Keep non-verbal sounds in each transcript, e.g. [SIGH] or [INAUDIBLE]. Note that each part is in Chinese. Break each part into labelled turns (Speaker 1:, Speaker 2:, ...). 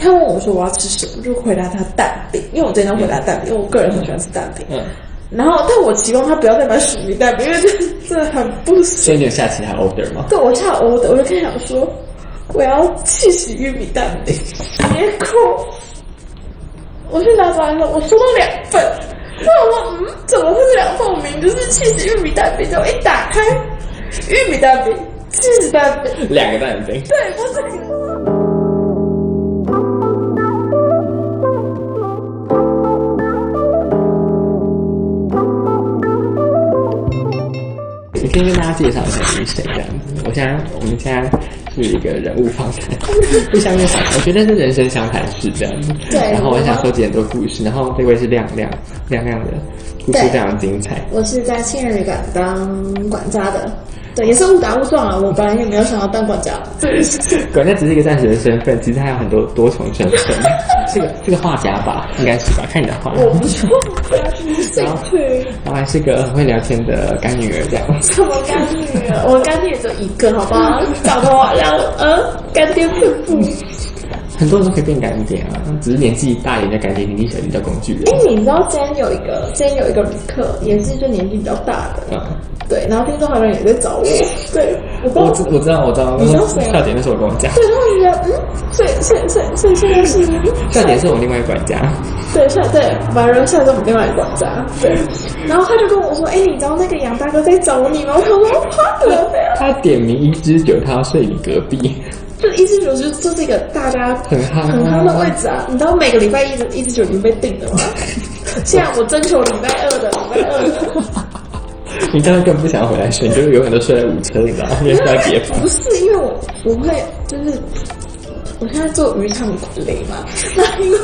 Speaker 1: 他问我说我要吃什么，就回答他蛋饼，因为我真的回答蛋饼，因为我个人很喜欢吃蛋饼。
Speaker 2: 嗯，
Speaker 1: 然后，但我期望他不要再买薯泥蛋饼，因为这真的很不爽。
Speaker 2: 所以你有下其他 order 吗？
Speaker 1: 对，我下我我就跟他讲说，我要气死玉米蛋饼，别哭。我去拿完了，我收到两份，那我说嗯，怎么会是两份？我明明就是气死玉米蛋饼，结果一打开，玉米蛋饼、气死蛋饼，
Speaker 2: 两个蛋饼。
Speaker 1: 对，不是。
Speaker 2: 你先跟大家介绍一下你是谁这样子。我现在我们现在是一个人物访谈，互相分享。我觉得是人生相谈室这样子。
Speaker 1: 对
Speaker 2: 然后我想收集很多故事，然后这位是亮亮，亮亮的故事
Speaker 3: 对
Speaker 2: 非常精彩。
Speaker 3: 我是在青人旅馆当管家的，对，也是误打误撞啊。我本来也没有想要当管家，
Speaker 2: 管家只是一个暂时的身份，其实还有很多多重身
Speaker 1: [LAUGHS]
Speaker 2: 份。是个是个画家吧，应该是吧？看你的画，
Speaker 1: 我不是谁去？
Speaker 2: 然后还是个很会聊天的干女儿这样子。
Speaker 1: 什么干女儿？
Speaker 3: 我干爹只有一个，好不好？搞得我要呃干爹不不。
Speaker 2: 很多人都可以变干爹啊，只是年纪大一点叫干爹，年纪小一点叫工具人。
Speaker 3: 哎，你知道今天有一个今天有一个旅客，也是就年纪比较大的，
Speaker 2: 嗯，
Speaker 3: 对，然后听说好像也在找我，对，我不知
Speaker 2: 我
Speaker 3: 道
Speaker 2: 知我知道我知道，
Speaker 3: 你知道谁啊
Speaker 2: 笑点那时候我跟我讲，
Speaker 3: 对，然后我就觉得，嗯，所以，所以，所以，所以现在是，
Speaker 2: 笑点是我另外一个管家。
Speaker 3: 对，下对，把人下在我们另外一个管家，对，然后他就跟我说，哎，你知道那个杨大哥在找你吗？我想说，他怎么这样？
Speaker 2: 他点名一支酒，他要睡你隔壁，
Speaker 3: 啊就一支酒就是就是一个大家
Speaker 2: 很夯
Speaker 3: 很夯的位置啊，你知道每个礼嗯拜一直一支酒已经被定了吗？现在我征求礼拜二的，礼拜二的。
Speaker 2: 你当然更不想回来睡，你就永远都睡在五车，你知道吗？因为在别房。
Speaker 3: 不是因为我我会就是我现在做鱼汤很累嘛，那因为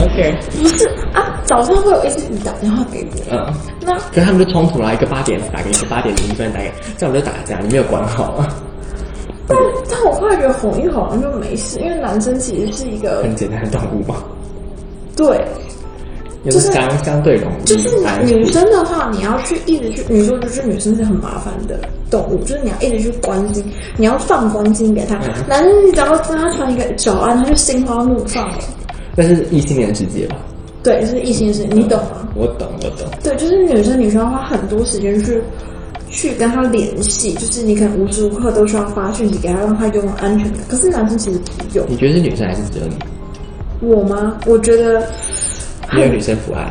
Speaker 2: OK，
Speaker 3: 不是啊，早上会有一只鱼打电话给我，
Speaker 2: 嗯，
Speaker 3: 那
Speaker 2: 可是他们就冲突了，一个八点打给你，一个八点零分打给你，这样我们就打架，你没有管好啊，
Speaker 3: 但但我后来觉得哄一哄好像就没事，因为男生其实是一个
Speaker 2: 很简单的动物嘛，
Speaker 3: 对，
Speaker 2: 也
Speaker 3: 是
Speaker 2: 是相相对容易，
Speaker 3: 就是
Speaker 2: 安
Speaker 3: 女
Speaker 2: 抚
Speaker 3: 生的话，你要去一直去，你说就是女生是很麻烦的动物，就是你要一直去关心，你要放关心给她。男生你只要跟他传一个早安，他就心花怒放了。
Speaker 2: 但是异性恋世界吧，
Speaker 3: 对，就是异性是，你懂吗？
Speaker 2: 我懂我懂，
Speaker 3: 对，就是女生，你需要花很多时间去去跟他联系，就是你可能无时无刻都需要发讯息给他，让他拥有安全感。可是男生其实不用
Speaker 2: 你觉得是女生还是只有你？
Speaker 3: 我吗？我觉得
Speaker 2: 没有女生不爱，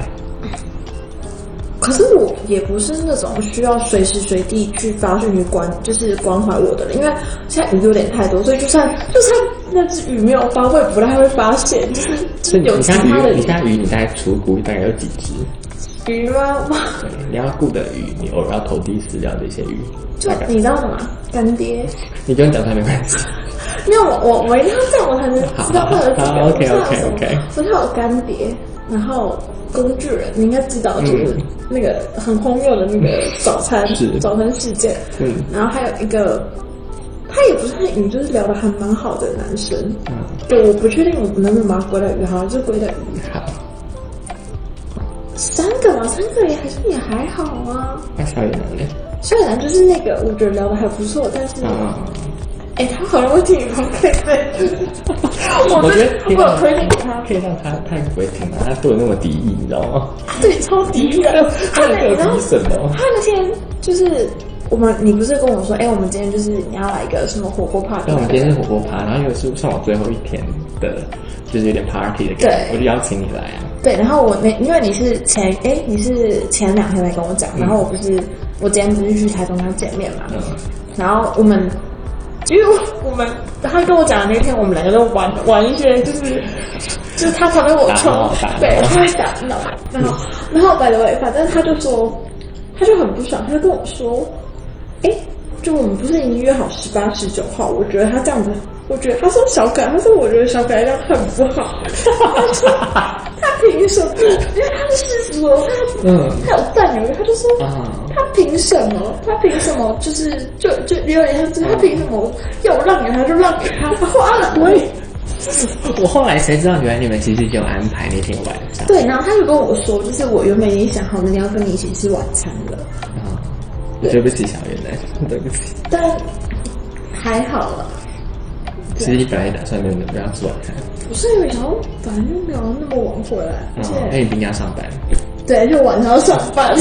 Speaker 3: 可是我也不是那种需要随时随地去发讯去关，就是关怀我的人，因为现在鱼有点太多，所以就算就算那只鱼没有发，我也不太会发现，就是就
Speaker 2: 所
Speaker 3: 是
Speaker 2: 以你
Speaker 3: 有
Speaker 2: 你
Speaker 3: 其
Speaker 2: 像
Speaker 3: 他的
Speaker 2: 鱼，你
Speaker 3: 鱼
Speaker 2: 像鱼，你大概出估大概有几只？
Speaker 3: 鱼吗？哇，
Speaker 2: 对，呃你要顾的鱼，你偶尔要投递饲料这些鱼，
Speaker 3: 就
Speaker 2: 大概
Speaker 3: 你知道吗？干爹，
Speaker 2: 你跟我讲出来没关系。
Speaker 3: 没有我我我一定要这样，我才能知道会有几
Speaker 2: [LAUGHS]
Speaker 3: 个。
Speaker 2: 好好好
Speaker 3: 我知道有什
Speaker 2: 啊 OK，OK，OK
Speaker 3: 么我知道有干爹，然后工具人，你应该知道，就是
Speaker 2: 嗯
Speaker 3: 那个很荒谬的那个早餐
Speaker 2: 是
Speaker 3: 早餐事件。
Speaker 2: 嗯
Speaker 3: 然后还有一个，他也不是很，就是聊的还蛮好的男生。
Speaker 2: 嗯，
Speaker 3: 对，我不确定我们能不能把它归到鱼，好像是归到鱼。
Speaker 2: 好，
Speaker 3: 三个嘛，三个也好像也还好啊。
Speaker 2: 那小野男嘞？
Speaker 3: 虽然就是那个，我觉得聊的还不错，但是，哎、
Speaker 2: 嗯，
Speaker 3: 他好像会听你们可以
Speaker 2: 我觉得
Speaker 3: [LAUGHS] 我有推荐给他，
Speaker 2: 可以让他，他也不会听啊，他对我那么敌意，你知道吗？
Speaker 3: 对，超敌意的。
Speaker 2: 他
Speaker 3: 他那
Speaker 2: 能对我
Speaker 3: 你知道
Speaker 2: 敌什么
Speaker 3: 他？那天就是我们，你不是跟我说，哎、我们今天就是你要来一个什么火锅 party？
Speaker 2: 那我们嗯今天是火锅趴，然后又是算我最后一天的，就是有点 party 的感觉，
Speaker 3: 对
Speaker 2: 我就邀请你来啊。
Speaker 3: 对，然后我那因为你是前哎、你是前两天才跟我讲，然后我不是我今天不是去台中跟他见面嘛，
Speaker 2: 嗯，
Speaker 3: 然后我们因为我我们他跟我讲的那天，我们两个都玩玩一些就是就是他常被我
Speaker 2: 打
Speaker 3: 冲
Speaker 2: 闹打闹，
Speaker 3: 对，他会打闹，然后然 [LAUGHS] 后 by the way，反正他就说他就很不爽，他就跟我说，哎、就我们不是已经约好十八、十九号？我觉得他这样子，我觉得他说小改，他说我觉得小改这样很不好。他说他凭什么？因为他是狮子座，他
Speaker 2: 嗯
Speaker 3: 他有占有欲，他就说
Speaker 2: 啊
Speaker 3: 他凭什么？他凭什么？就是就就有点像是他凭什么要我让给他就让给他？然后阿兰我也
Speaker 2: 我后来才知道，原来你们其实有安排那天晚上。
Speaker 3: 对，然后他就跟我说，就是我原本已经想好那天要跟你一起吃晚餐了，
Speaker 2: 啊，对不起，小野男，对不起。
Speaker 3: 但还好了。
Speaker 2: 其实你本来也打算留留要吃晚餐，
Speaker 3: 我是没有，反正就没有那么晚回来，而
Speaker 2: 嗯
Speaker 3: 且、，
Speaker 2: 那你明天要上班，
Speaker 3: 对，就晚上要上
Speaker 2: [LAUGHS]
Speaker 3: 班。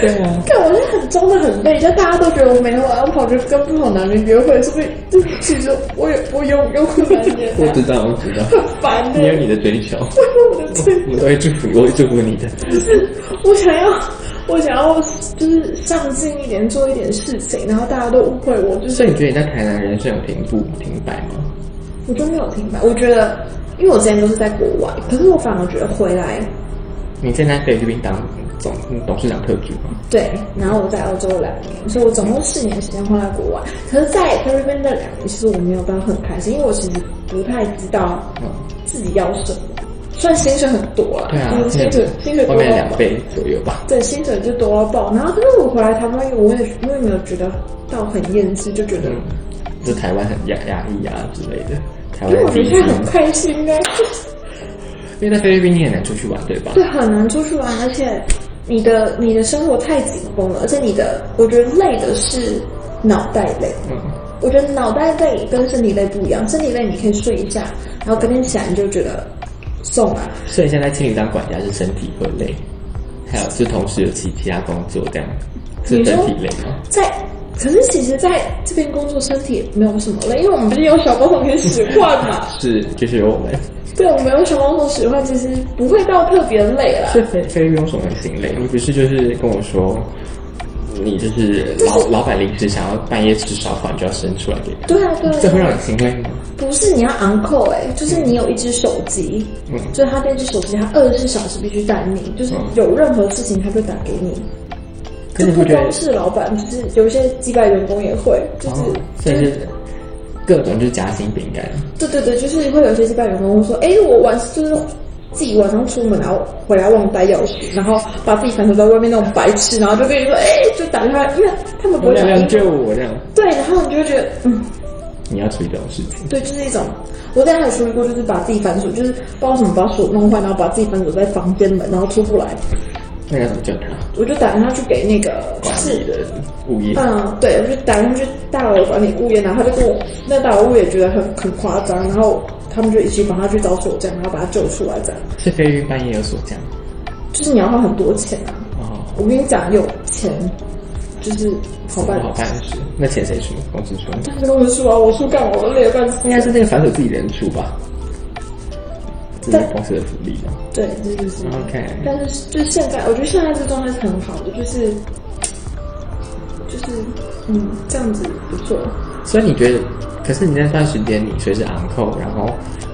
Speaker 2: 对啊，
Speaker 3: 但我是很装的很累，就大家都觉得我每天晚上跑去跟不同男人约会，所以就其实我也我有有苦难言，
Speaker 2: 我知道，我知道，
Speaker 3: 很烦的、
Speaker 2: 你有你的追求，
Speaker 3: 我的最
Speaker 2: 我都会祝福你，我会祝福你的，
Speaker 3: 是我想要，我想要就是上进一点，做一点事情，然后大家都误会我，就是
Speaker 2: 所以你觉得你在台南人生有停步停摆吗？
Speaker 3: 我就没有听吧。我觉得，因为我之前都是在国外，可是我反而觉得回来，
Speaker 2: 你在那菲律宾当总董事长特助吗？
Speaker 3: 对，然后我在澳洲两年，所以我总共四年时间花在国外。可是，在菲律宾的两年，其实我没有到很开心，因为我其实不太知道
Speaker 2: 嗯，
Speaker 3: 自己要什么。虽然薪水很多啦，
Speaker 2: 对啊
Speaker 3: 就是，薪水薪水
Speaker 2: 外
Speaker 3: 多啊
Speaker 2: 面
Speaker 3: 到
Speaker 2: 两倍左右吧。
Speaker 3: 对，薪水就多到爆。然后，但是我回来台湾，我也我也没有觉得到很厌世，就觉得，
Speaker 2: 嗯，就台湾很压压抑啊之类的。台
Speaker 3: 因为我
Speaker 2: 湾
Speaker 3: 觉
Speaker 2: 低
Speaker 3: 得
Speaker 2: 薪
Speaker 3: 现在，很开心啊，
Speaker 2: 因为在菲律宾你很难出去玩，对吧？
Speaker 3: 对，很难出去玩，而且你的你的生活太紧绷了，而且你的我觉得累的是脑袋累。
Speaker 2: 嗯，
Speaker 3: 我觉得脑袋累跟身体累不一样，身体累你可以睡一下，然后隔天起来你就觉得送啊，
Speaker 2: 所以现在清理当管家是身体会累，还有就同时有其其他工作这样，是
Speaker 3: 你说
Speaker 2: 身体累吗？
Speaker 3: 在。可是其实在这边工作，身体没有什么累，因为我们不是有小包同学使唤嘛。
Speaker 2: 是，就是有我们。
Speaker 3: 对，我们有小包同学使唤，其实不会到特别累啦。
Speaker 2: 是菲菲律宾有什么行累？你不是就是跟我说，你就是老老板临时想要半夜吃烧烤，你就要伸出来给他，
Speaker 3: 对啊，对啊。
Speaker 2: 这会让你心累吗？
Speaker 3: 不是你要昂扣哎，就是你有一只手机，
Speaker 2: 嗯
Speaker 3: 就是他那只手机，他二十四小时必须待命，就是
Speaker 2: 嗯
Speaker 3: 有任何事情他就打给你，
Speaker 2: 可
Speaker 3: 就是
Speaker 2: 你
Speaker 3: 不
Speaker 2: 不觉得
Speaker 3: 光是老板，就是有一些击败员工也会，就是、
Speaker 2: 哦，所以是各种就是夹心饼干。
Speaker 3: 对对对，就是会有一些击败员工会说，哎、我晚就是自己晚上出门，然后回来忘带钥匙，然后把自己反锁在外面那种白痴，然后就跟你说，哎、就打电话，因为他们不
Speaker 2: 我
Speaker 3: 会讲
Speaker 2: 两两
Speaker 3: 英
Speaker 2: 救
Speaker 3: 文，
Speaker 2: 我这样，
Speaker 3: 对，然后你就会觉得，嗯，
Speaker 2: 你要处理这种事情，
Speaker 3: 对，就是一种，我之前有处理过，就是把自己反锁，就是不知道为什么把锁弄坏，然后把自己反锁在房间门，然后出不来。
Speaker 2: 那要怎么救他？
Speaker 3: 我就打电话去给那个
Speaker 2: 管理
Speaker 3: 是，
Speaker 2: 的物业，
Speaker 3: 嗯，对，我就打电话去大楼管理物业，然后他就跟我，那大楼物业觉得很很夸张，然后他们就一起帮他去找锁匠，然后把他救出来，这样
Speaker 2: 是菲律宾半夜有锁匠。
Speaker 3: 就是你要花很多钱啊。
Speaker 2: 哦，
Speaker 3: 我跟你讲，有钱就是好办
Speaker 2: 不，好办事，那钱谁出？公司出？
Speaker 3: 但是跟我说啊，我说干我累得半死
Speaker 2: 应。该是那个反手自己人出吧，这是公司的福利嘛。
Speaker 3: 对，这就是。
Speaker 2: OK，
Speaker 3: 但是就现在，我觉得现在这状态是很好的，就是就是嗯，这样子不错。
Speaker 2: 所以你觉得，可是你那段时间你随时昂扣，然后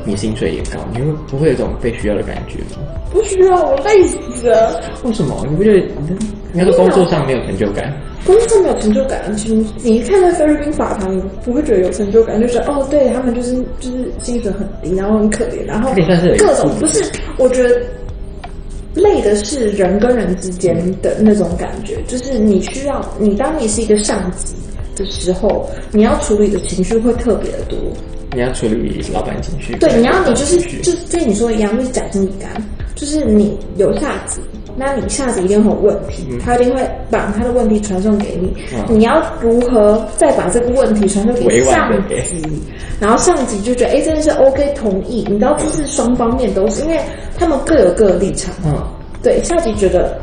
Speaker 2: 你薪水也高，你会不会有一种被需要的感觉吗？
Speaker 3: 不需要，我累死啊了。
Speaker 2: 为什么？你不觉得你的那个工作上没有成就感？
Speaker 3: 工作没有成就感，其实你一看到菲律宾法团，你不会觉得有成就感，就觉得哦，对他们就是就是薪水很低，然后很可怜，然后
Speaker 2: 有点像是有一个
Speaker 3: 各种
Speaker 2: 负
Speaker 3: 不是，我觉得累的是人跟人之间的那种感觉，就是你需要你当你是一个上级的时候，你要处理的情绪会特别的多。
Speaker 2: 你要处理老板情绪，
Speaker 3: 对，你要你就是就就你说的一样，就是夹心饼干，就是你有下级，那你下级一定会有问题，他一定会把他的问题传送给你，
Speaker 2: 嗯
Speaker 3: 你要如何再把这个问题传送给
Speaker 2: 委婉
Speaker 3: 上
Speaker 2: 地给
Speaker 3: 级，然后上级就觉得哎，这件事 OK 同意，你知道这是双方面都是，因为他们各有各的立场，
Speaker 2: 嗯，
Speaker 3: 对，下级觉得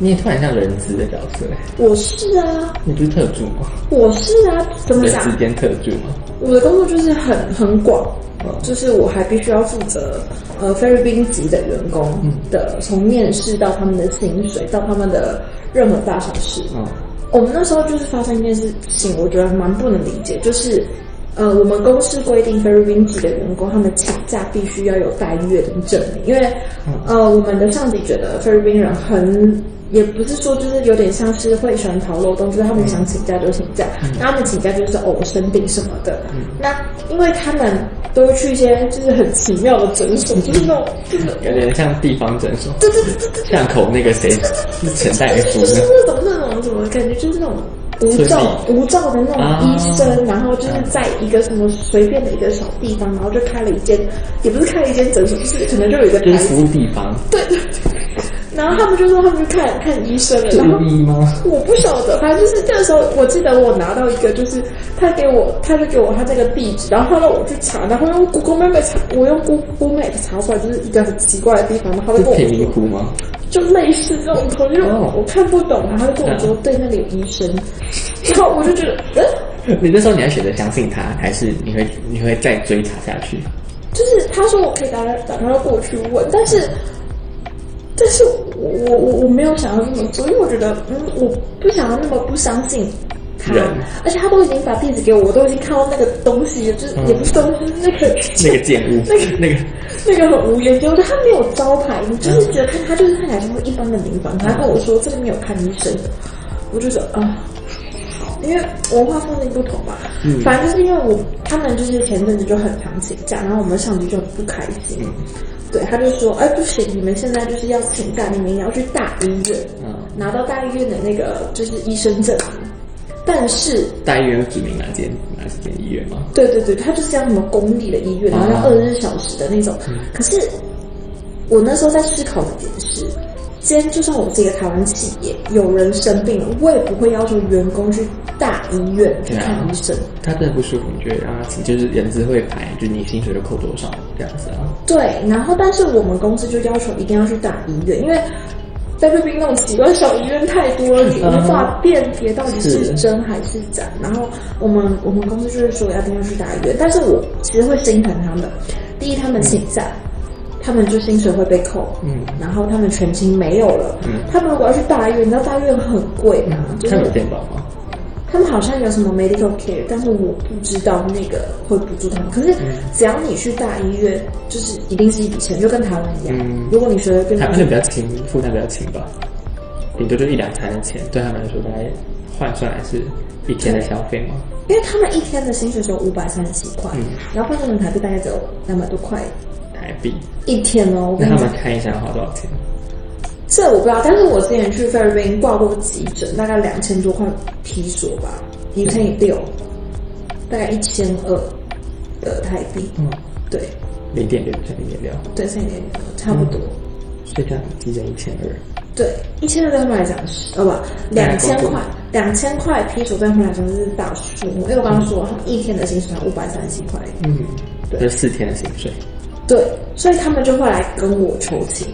Speaker 2: 你也突然像人资的角色，
Speaker 3: 我是啊，
Speaker 2: 你不是特助吗？
Speaker 3: 我是啊，怎么
Speaker 2: 人
Speaker 3: 讲？
Speaker 2: 资兼特助吗？
Speaker 3: 我的工作就是很很广呃
Speaker 2: 嗯，
Speaker 3: 就是我还必须要负责呃菲律宾籍的员工的，从面试到他们的薪水，到他们的任何大小事。
Speaker 2: 嗯，
Speaker 3: 我们那时候就是发生一件事情，我觉得蛮不能理解，就是呃，我们公司规定菲律宾籍的员工他们请假必须要有待遇月跟证明，因为呃，我们的上级觉得菲律宾人很。也不是说，就是有点像是会喜欢逃漏洞，就是他们想请假就请假，然后他们请假就是哦我生病什么的。那因为他们都会去一些就是很奇妙的诊所，就是那种就是
Speaker 2: 有点像地方诊所，
Speaker 3: 对对对对对，
Speaker 2: 巷口那个谁是陈大夫
Speaker 3: 就是
Speaker 2: 呢？
Speaker 3: 那种那种什么感觉，嗯就是那啊种无照无照的那种医生，然后就是在一个什么随便的一个小地方，然后就开了一间，也不是开了一间诊所，就是可能就有一个
Speaker 2: 就
Speaker 3: 牌
Speaker 2: 是
Speaker 3: 子
Speaker 2: 服务地方，
Speaker 3: 对，对对然后他们就说他们去看看医生了，
Speaker 2: 是
Speaker 3: 然后
Speaker 2: 巫医吗？
Speaker 3: 我不晓得，反正就是那时候，我记得我拿到一个，就是他给我，他就给我他这个地址，然后他让我去查，然后用 Google Map 查，我用 Google Map 查出来就是一个很奇怪的地方，然后他
Speaker 2: 是
Speaker 3: 就跟我
Speaker 2: 贫民
Speaker 3: 说，
Speaker 2: 窟吗？
Speaker 3: 就类似这种东西，就是
Speaker 2: 哦
Speaker 3: 我看不懂，然后他就跟我说对那里有医生，然后我就觉得，嗯，
Speaker 2: [LAUGHS] 你那时候你要选择相信他，还是你会你会再追查下去？
Speaker 3: 就是他说我可以打打电话过去问，但是，但是我我我没有想要这么做，因为我觉得，嗯，我不想要那么不相信他
Speaker 2: 人，
Speaker 3: 而且他都已经把地址给我，我都已经看到那个东西了，就是、也不是东西，那个
Speaker 2: 那个建物， [LAUGHS] 那个
Speaker 3: 那个很无言，结果他没有招牌，你就是觉得看他就是看起来就是一般的民房，他跟我说这个没有看医生的，我就说啊。好因为文化氛围不同嘛，反正就是因为我他们就是前阵子就很常请假，然后我们上级就很不开心，对，他就说，哎，不行，你们现在就是要请假，你们也要去大医院，
Speaker 2: 嗯
Speaker 3: 拿到大医院的那个就是医生证明，但是
Speaker 2: 大医院有指明哪间哪几间医院吗？
Speaker 3: 对对对，他就是要什么公立的医院，然后要
Speaker 2: 啊
Speaker 3: 二十四小时的那种。可是我那时候在思考的点是，今天就算我是一个台湾企业，有人生病了，我也不会要求员工去大医院去看医生。
Speaker 2: 他真的不舒服，你就让他请，就是人资会排，就你薪水就扣多少这样子啊？
Speaker 3: 对，然后但是我们公司就要求一定要去大医院，因为在菲律宾那种奇怪小医院太多了，你无法
Speaker 2: [LAUGHS] 嗯
Speaker 3: 辨别到底是
Speaker 2: 是
Speaker 3: 真还是假。然后我们我们公司就是说要一定要去大医院，但是我其实会心疼他们。第一，他们请假，他们就薪水会被扣，
Speaker 2: 嗯，
Speaker 3: 然后他们全勤没有了，
Speaker 2: 嗯
Speaker 3: 他们如果要去大医院，你知道大医院很贵嘛，就是
Speaker 2: 他有健保吗？
Speaker 3: 他们好像有什么 medical care，但是我不知道那个会补助他们。可是
Speaker 2: 嗯
Speaker 3: 只要你去大医院，就是一定是一笔钱，就跟台湾一样。
Speaker 2: 嗯
Speaker 3: 如果你学的跟
Speaker 2: 台
Speaker 3: 他
Speaker 2: 湾就比较轻，负担比较轻吧，顶多就一两餐的钱，对他们来说大概换算来是一天的消费吗？
Speaker 3: 因为他们一天的薪水只有五百三十七块，
Speaker 2: 嗯
Speaker 3: 然后换成台币大概只有两百多块
Speaker 2: 台币，
Speaker 3: 一天哦。我跟
Speaker 2: 那他
Speaker 3: 你讲
Speaker 2: 们，看一下要花多少钱？
Speaker 3: 这我不知道，但是我之前去菲律宾挂过急诊，大概两千多块皮索吧，一乘以六，大概一千二的台币，
Speaker 2: 嗯，
Speaker 3: 对
Speaker 2: 零点六乘零点六，
Speaker 3: 对，乘以六差不多。
Speaker 2: 所以这样急诊一千二，
Speaker 3: 对，一千对他们来讲是，呃不，两千块，两千块批索对他们来讲是大数目，因为我刚刚说他们一天的薪水才五百三十块，
Speaker 2: 嗯，就是四天的薪水
Speaker 3: 对，所以他们就会来跟我求情，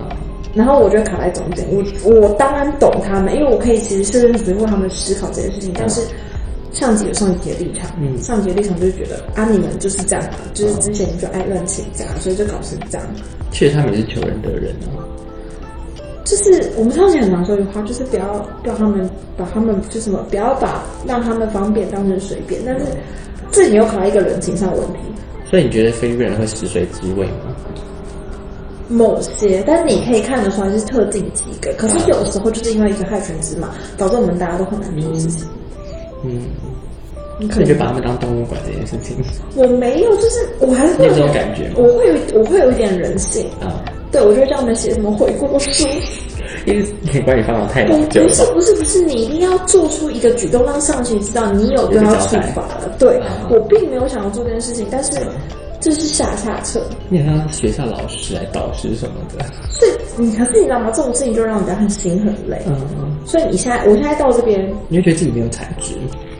Speaker 2: 啊，
Speaker 3: 然后我就卡在中间，我我当然懂他们，因为我可以其实设身处地为他们思考这件事情，但是。上级有上级的立场，
Speaker 2: 嗯
Speaker 3: 上级的立场就是觉得啊，你们就是这样嘛，就是之前你就爱乱请假，所以就搞成这样。
Speaker 2: 确实他们也是求仁得仁啊。
Speaker 3: 就是我们上次很常说一句话，就是不要不要他们把他们就什么，不要把让他们方便当成随便。但是这里又考到一个人情上的问题，
Speaker 2: 所以你觉得菲律宾人会食髓知味吗？
Speaker 3: 某些，但你可以看得出来是特定几
Speaker 2: 嗯
Speaker 3: 个。可是有时候就是因为一个害群之马，导致我们大家都很难做事情。
Speaker 2: 嗯，
Speaker 3: 你可
Speaker 2: 所以
Speaker 3: 能
Speaker 2: 你就把他们当动物管这件事情
Speaker 3: 我没有，就是我还是会
Speaker 2: 你有这种感觉吗
Speaker 3: 我会有我会有一点人性。
Speaker 2: 啊，
Speaker 3: 对，我就会叫他们写什么悔过书，
Speaker 2: 因为你管理方法太
Speaker 3: 不
Speaker 2: 老久
Speaker 3: 不是
Speaker 2: 了。
Speaker 3: 不是不是，你一定要做出一个举动，让上级知道你有对他处罚了。对
Speaker 2: 嗯
Speaker 3: 我并没有想要做这件事情，但是这是下下策。
Speaker 2: 你很像学校老师、来导师什么的。
Speaker 3: 所以你可是你知道吗？这种事情就让人家很心很累。
Speaker 2: 嗯嗯，
Speaker 3: 所以你现在，我现在到这边，
Speaker 2: 你会觉得自己没有产值。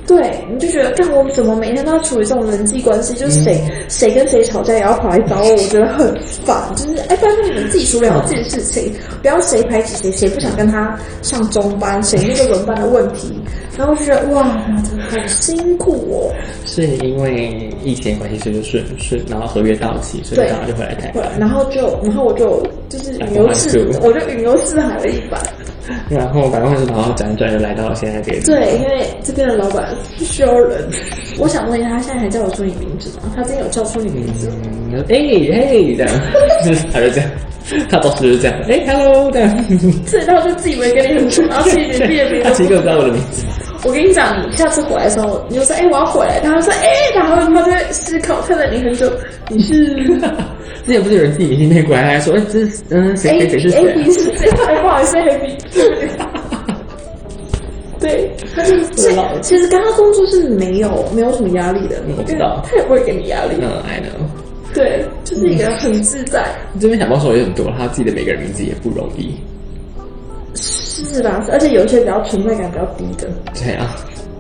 Speaker 3: 对，你就觉得，干我怎么每天都要处理这种人际关系？就是谁、谁跟谁吵架，也要跑来找我，我觉得很烦。就是哎，拜托你们自己处理好自己的事情，不要谁排挤谁，谁不想跟他上中班，谁那个轮班的问题。然后就觉得哇，真的很辛苦哦。
Speaker 2: 是因为疫情的关系，所以就顺顺，然后合约到期，所以
Speaker 3: 对
Speaker 2: 大家就回来台
Speaker 3: 对
Speaker 2: 湾。
Speaker 3: 然后就，然后我就就是云游四，我就云游四海了一把。
Speaker 2: 然后百万是然后辗转就来到现在这个地方。
Speaker 3: 对，因为这边的老板不需要人。我想问一下，他现在还叫我说你名字吗？他今天有叫出你名字吗？
Speaker 2: 嗯，哎、哎，这样， [LAUGHS] 他就这样，他导师就是这样，哎、h e l l o 这样。
Speaker 3: 所以他就自以为跟你很熟，然后自己自己的名
Speaker 2: 他
Speaker 3: 字
Speaker 2: 其实。根本不知道我的名字。
Speaker 3: 我跟你讲，你下次回来的时候，你就说：“哎、我要回来。”他就说：“哎、然后他就会思考，看了你很久，你是
Speaker 2: 之前不是有人自己明天过来，他还说，哎、这是嗯谁
Speaker 3: A
Speaker 2: 谁谁是
Speaker 3: A
Speaker 2: 谁、啊
Speaker 3: B？是谁？哎，不好意思，A B。”对，他就是这
Speaker 2: 老
Speaker 3: 其实跟他工作是没有没有什么压力的，
Speaker 2: 我知道
Speaker 3: 他也不会给你压力。
Speaker 2: 嗯，I know。
Speaker 3: 对，就是一个很自在，
Speaker 2: 这边小帮手也很多，他记得每个人名字也不容易。
Speaker 3: 是吧？而且有一些比较存在感比较低的，
Speaker 2: 对啊，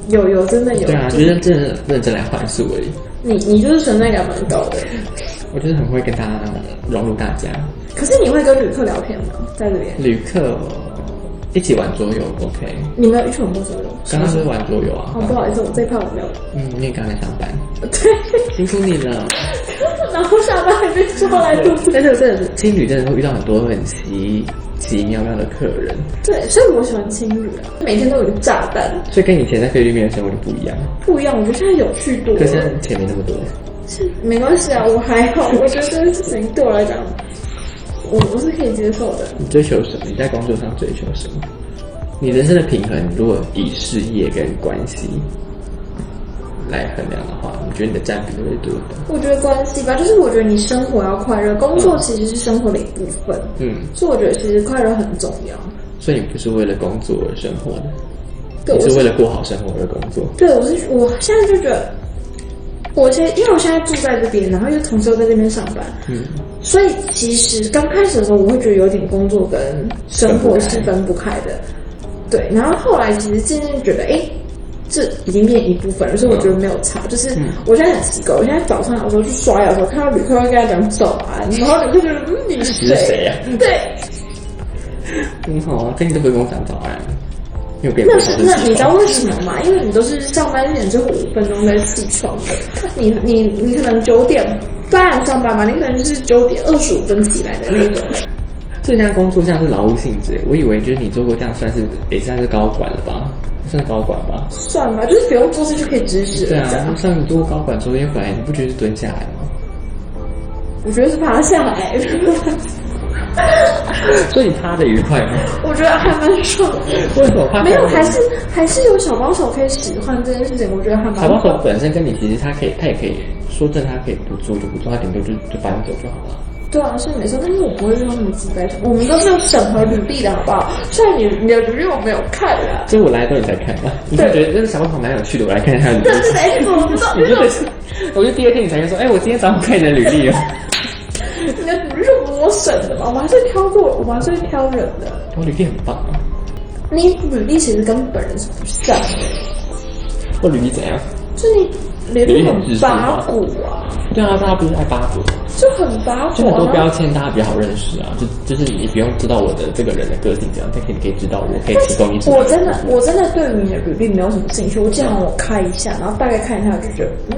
Speaker 3: 有有真的有，
Speaker 2: 对啊，就是真的认真来换宿而已。
Speaker 3: 你你就是存在感蛮高的。
Speaker 2: 我就是很会跟他融入大家。
Speaker 3: 可是你会跟旅客聊天吗？在这边，
Speaker 2: 旅客一起玩桌游，OK。
Speaker 3: 你没有一成不左右。
Speaker 2: 刚刚是玩桌游啊
Speaker 3: 哦，，不好意思，我这一趴我没有。 [LAUGHS]
Speaker 2: 嗯，因为刚来上班，
Speaker 3: 对，
Speaker 2: 辛苦你了。
Speaker 3: 然后下班还被抓来录。
Speaker 2: 但是真的是青旅，真的会遇到很多很奇奇妙妙的客人，
Speaker 3: 对，所以我喜欢情侣啊，每天都有一个炸弹，
Speaker 2: 所以跟以前在菲律宾的生活就不一样。
Speaker 3: 不一样。我觉得现在有趣多
Speaker 2: 可是
Speaker 3: 了。
Speaker 2: 钱没那么多，
Speaker 3: 没关系啊，我还好。我觉得这件事情对我来讲，我我是可以接受的。
Speaker 2: 你追求什么？你在工作上追求什么？你人生的平衡，如果以事业跟关系来衡量的话，你觉得你的占比会多少？
Speaker 3: 我觉得关系吧，就是我觉得你生活要快乐，工作其实是生活的一部分，
Speaker 2: 嗯，
Speaker 3: 所以我觉得其实快乐很重要。
Speaker 2: 所以你不是为了工作而生活的，
Speaker 3: 对，
Speaker 2: 你
Speaker 3: 我
Speaker 2: 是
Speaker 3: 是
Speaker 2: 为了过好生活而工作。
Speaker 3: 对，我是我现在就觉得，我现在因为我现在住在这边，然后又同时又在这边上班，
Speaker 2: 嗯，
Speaker 3: 所以其实刚开始的时候，我会觉得有点工作跟生活是分不开的。对，然后后来其实渐渐觉得，哎，这已经变一部分了，所以我觉得没有差。就是我现在很奇怪，我现在早上有时候去刷牙的时候，看到旅客会跟他讲早安，然后旅客就觉得嗯你是
Speaker 2: 你是谁呀、
Speaker 3: 对，
Speaker 2: 很好啊，跟你都不用讲早安，因为我跟你
Speaker 3: 那
Speaker 2: 不
Speaker 3: 是
Speaker 2: 同
Speaker 3: 那你知道
Speaker 2: 的
Speaker 3: 为什么吗？因为你都是上班前之后五分钟才起床的，你你你可能九点半上班嘛，你可能就是九点二十五分起来的那种。
Speaker 2: 这项工作像是劳务性质，我以为就是你做过这样算是也算是高管了吧，算高管吧？
Speaker 3: 算吧，就是不啊用做事就可以指使
Speaker 2: 对
Speaker 3: 人家
Speaker 2: 啊，。像你做过高管之后，因为本来你不就是蹲下来
Speaker 3: [LAUGHS]
Speaker 2: 吗？
Speaker 3: 我觉得是爬下来，
Speaker 2: 所以你趴的愉快吗？
Speaker 3: 我觉得还蛮爽的。
Speaker 2: 为什么趴？
Speaker 3: 没有，还是还是有小帮手可以使唤这件事情，我觉得还蛮
Speaker 2: 小帮
Speaker 3: 好。
Speaker 2: 手本身跟你其实他可以，他也可以说真的，他可以不做就不做，他顶多就就搬走就好了。
Speaker 3: 对啊，是没错，但是我不会用那么直白。我们都是有审核履历的好不好？虽然你你的履历我没有看啊啦，
Speaker 2: 所以我来到你才看啊，你就觉得这个小帮手蛮有趣的，我来看一下你的
Speaker 3: 但是哎，我不知道，
Speaker 2: 履历。你就得，我就第二天你才会说，哎、我今天早上看你的履历
Speaker 3: [LAUGHS]
Speaker 2: 哦。
Speaker 3: 你的履历是我审的嘛，我们还是挑过，我们还是会挑人的。
Speaker 2: 我履历很棒啊，
Speaker 3: 你履历其实跟本人是不像的，
Speaker 2: 我履历怎样？
Speaker 3: 就你履历很八股啊，
Speaker 2: 对啊，大家不是爱八卦，
Speaker 3: 就很八
Speaker 2: 就
Speaker 3: 股
Speaker 2: 很多
Speaker 3: 啊。
Speaker 2: 标签，大家比较好认识啊。就就是你不用知道我的这个人的个性怎样，但可以可以知道我可以提供你什么。
Speaker 3: 我真的，我真的对于你的履历没有什么兴趣。我经常我看一下，然后大概看一下，我就觉得，嗯，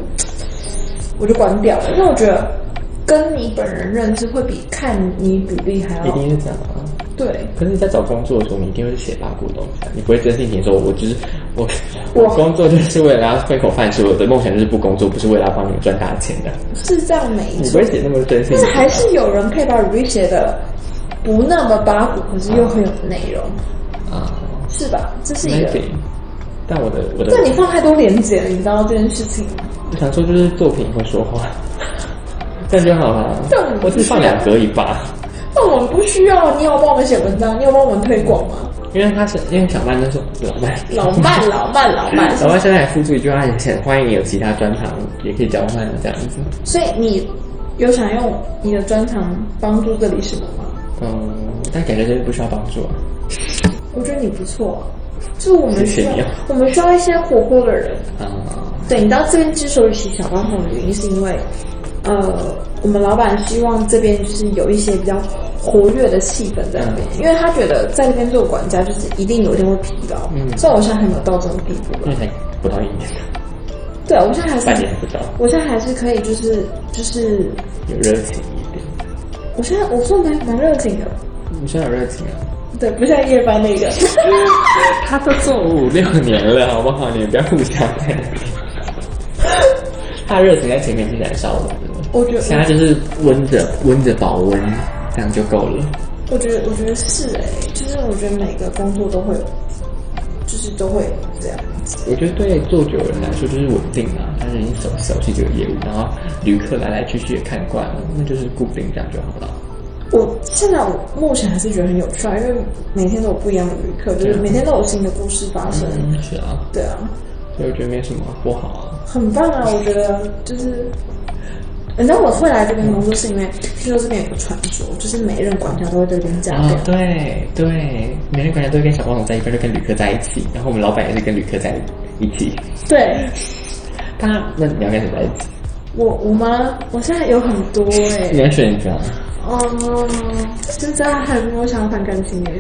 Speaker 3: 我就关掉了。因为我觉得跟你本人认识会比看你履历还
Speaker 2: 一
Speaker 3: 要
Speaker 2: 定是这样啊。
Speaker 3: 对。
Speaker 2: 可是你在找工作的时候，你一定会写八股的东西啊，你不会真性情说，我就是我，
Speaker 3: 我
Speaker 2: 我工作就是为了要混口饭吃，我的梦想就是不工作，不是为了要帮你们赚大钱的。
Speaker 3: 是这样没
Speaker 2: 你不
Speaker 3: 错，
Speaker 2: 会写那么真性
Speaker 3: 但是
Speaker 2: 情。
Speaker 3: 还是有人可以把履历写的不那么八股，可是又很有内容，
Speaker 2: 啊
Speaker 3: 是吧？这是一个。
Speaker 2: ，maybe。但我的我的，
Speaker 3: 对你放太多连接了，你知道这件事情吗？
Speaker 2: 我想说就是作品会说话，这样就好了。
Speaker 3: 但我们
Speaker 2: 我只放两格一吧。
Speaker 3: 那我们不需要，你有帮我们写文章，你有帮我们推广吗？
Speaker 2: 因为他是因为小曼那时候老曼，
Speaker 3: 老慢，老慢，老
Speaker 2: [LAUGHS]
Speaker 3: 慢。
Speaker 2: 小曼现在也附注一句话，很欢迎有其他专长也可以交换这样子。
Speaker 3: 所以你有想用你的专长帮助这里什么吗？
Speaker 2: 嗯，但感觉这边不需要帮助啊。
Speaker 3: 我觉得你不错、啊，就是我们需要
Speaker 2: 谢谢你啊
Speaker 3: 我们需要一些活泼的人。
Speaker 2: 啊、
Speaker 3: 对你到这边之所以起小帮手的原因，是因为呃，我们老板希望这边就是有一些比较活跃的气氛在那边，因为他觉得在这边做管家就是一定有一天会疲劳。
Speaker 2: 嗯
Speaker 3: 虽然我现在还没有到这种地步
Speaker 2: 因
Speaker 3: 吧，
Speaker 2: 为才不到一年，
Speaker 3: 对我现在还
Speaker 2: 半
Speaker 3: 是
Speaker 2: 年还不到，
Speaker 3: 我现在还是可以就是就是，
Speaker 2: 有热情一点。
Speaker 3: 我现在我算蛮蛮热情的，
Speaker 2: 你说有热情啊？
Speaker 3: 对，不像夜班那个。
Speaker 2: 他都做五六年了，好不好？你们不要互相看。他热情在前面是燃烧的，
Speaker 3: 我觉得
Speaker 2: 现在就是温着温着保温，这样就够了。
Speaker 3: 我觉得，我觉得是哎、就是我觉得每个工作都会有，就是都会有这样。
Speaker 2: 我觉得对做久的人来说就是稳定啊，但是你熟熟悉这个业务，然后旅客来来去去也看惯了，那就是固定这样就好了。
Speaker 3: 我现在我目前还是觉得很有趣啊，因为每天都有不一样的旅客，就是每天都有新的故事发生。
Speaker 2: 啊嗯，是啊，
Speaker 3: 对啊，
Speaker 2: 所以我觉得没什么不好啊。
Speaker 3: 很棒啊！我觉得就是你知道我会来这边工作是因为听说这边有个传说，就是每一任管家都会对人家
Speaker 2: 啊
Speaker 3: 这样，
Speaker 2: 对对，每天管家都会跟小帮手在一块，就跟旅客在一起，然后我们老板也是跟旅客在一起。
Speaker 3: 对
Speaker 2: 他那你要跟谁在一起？
Speaker 3: 我我吗？我现在有很多哎、
Speaker 2: 你要选择
Speaker 3: 嗯，现在还没有想反感情耶，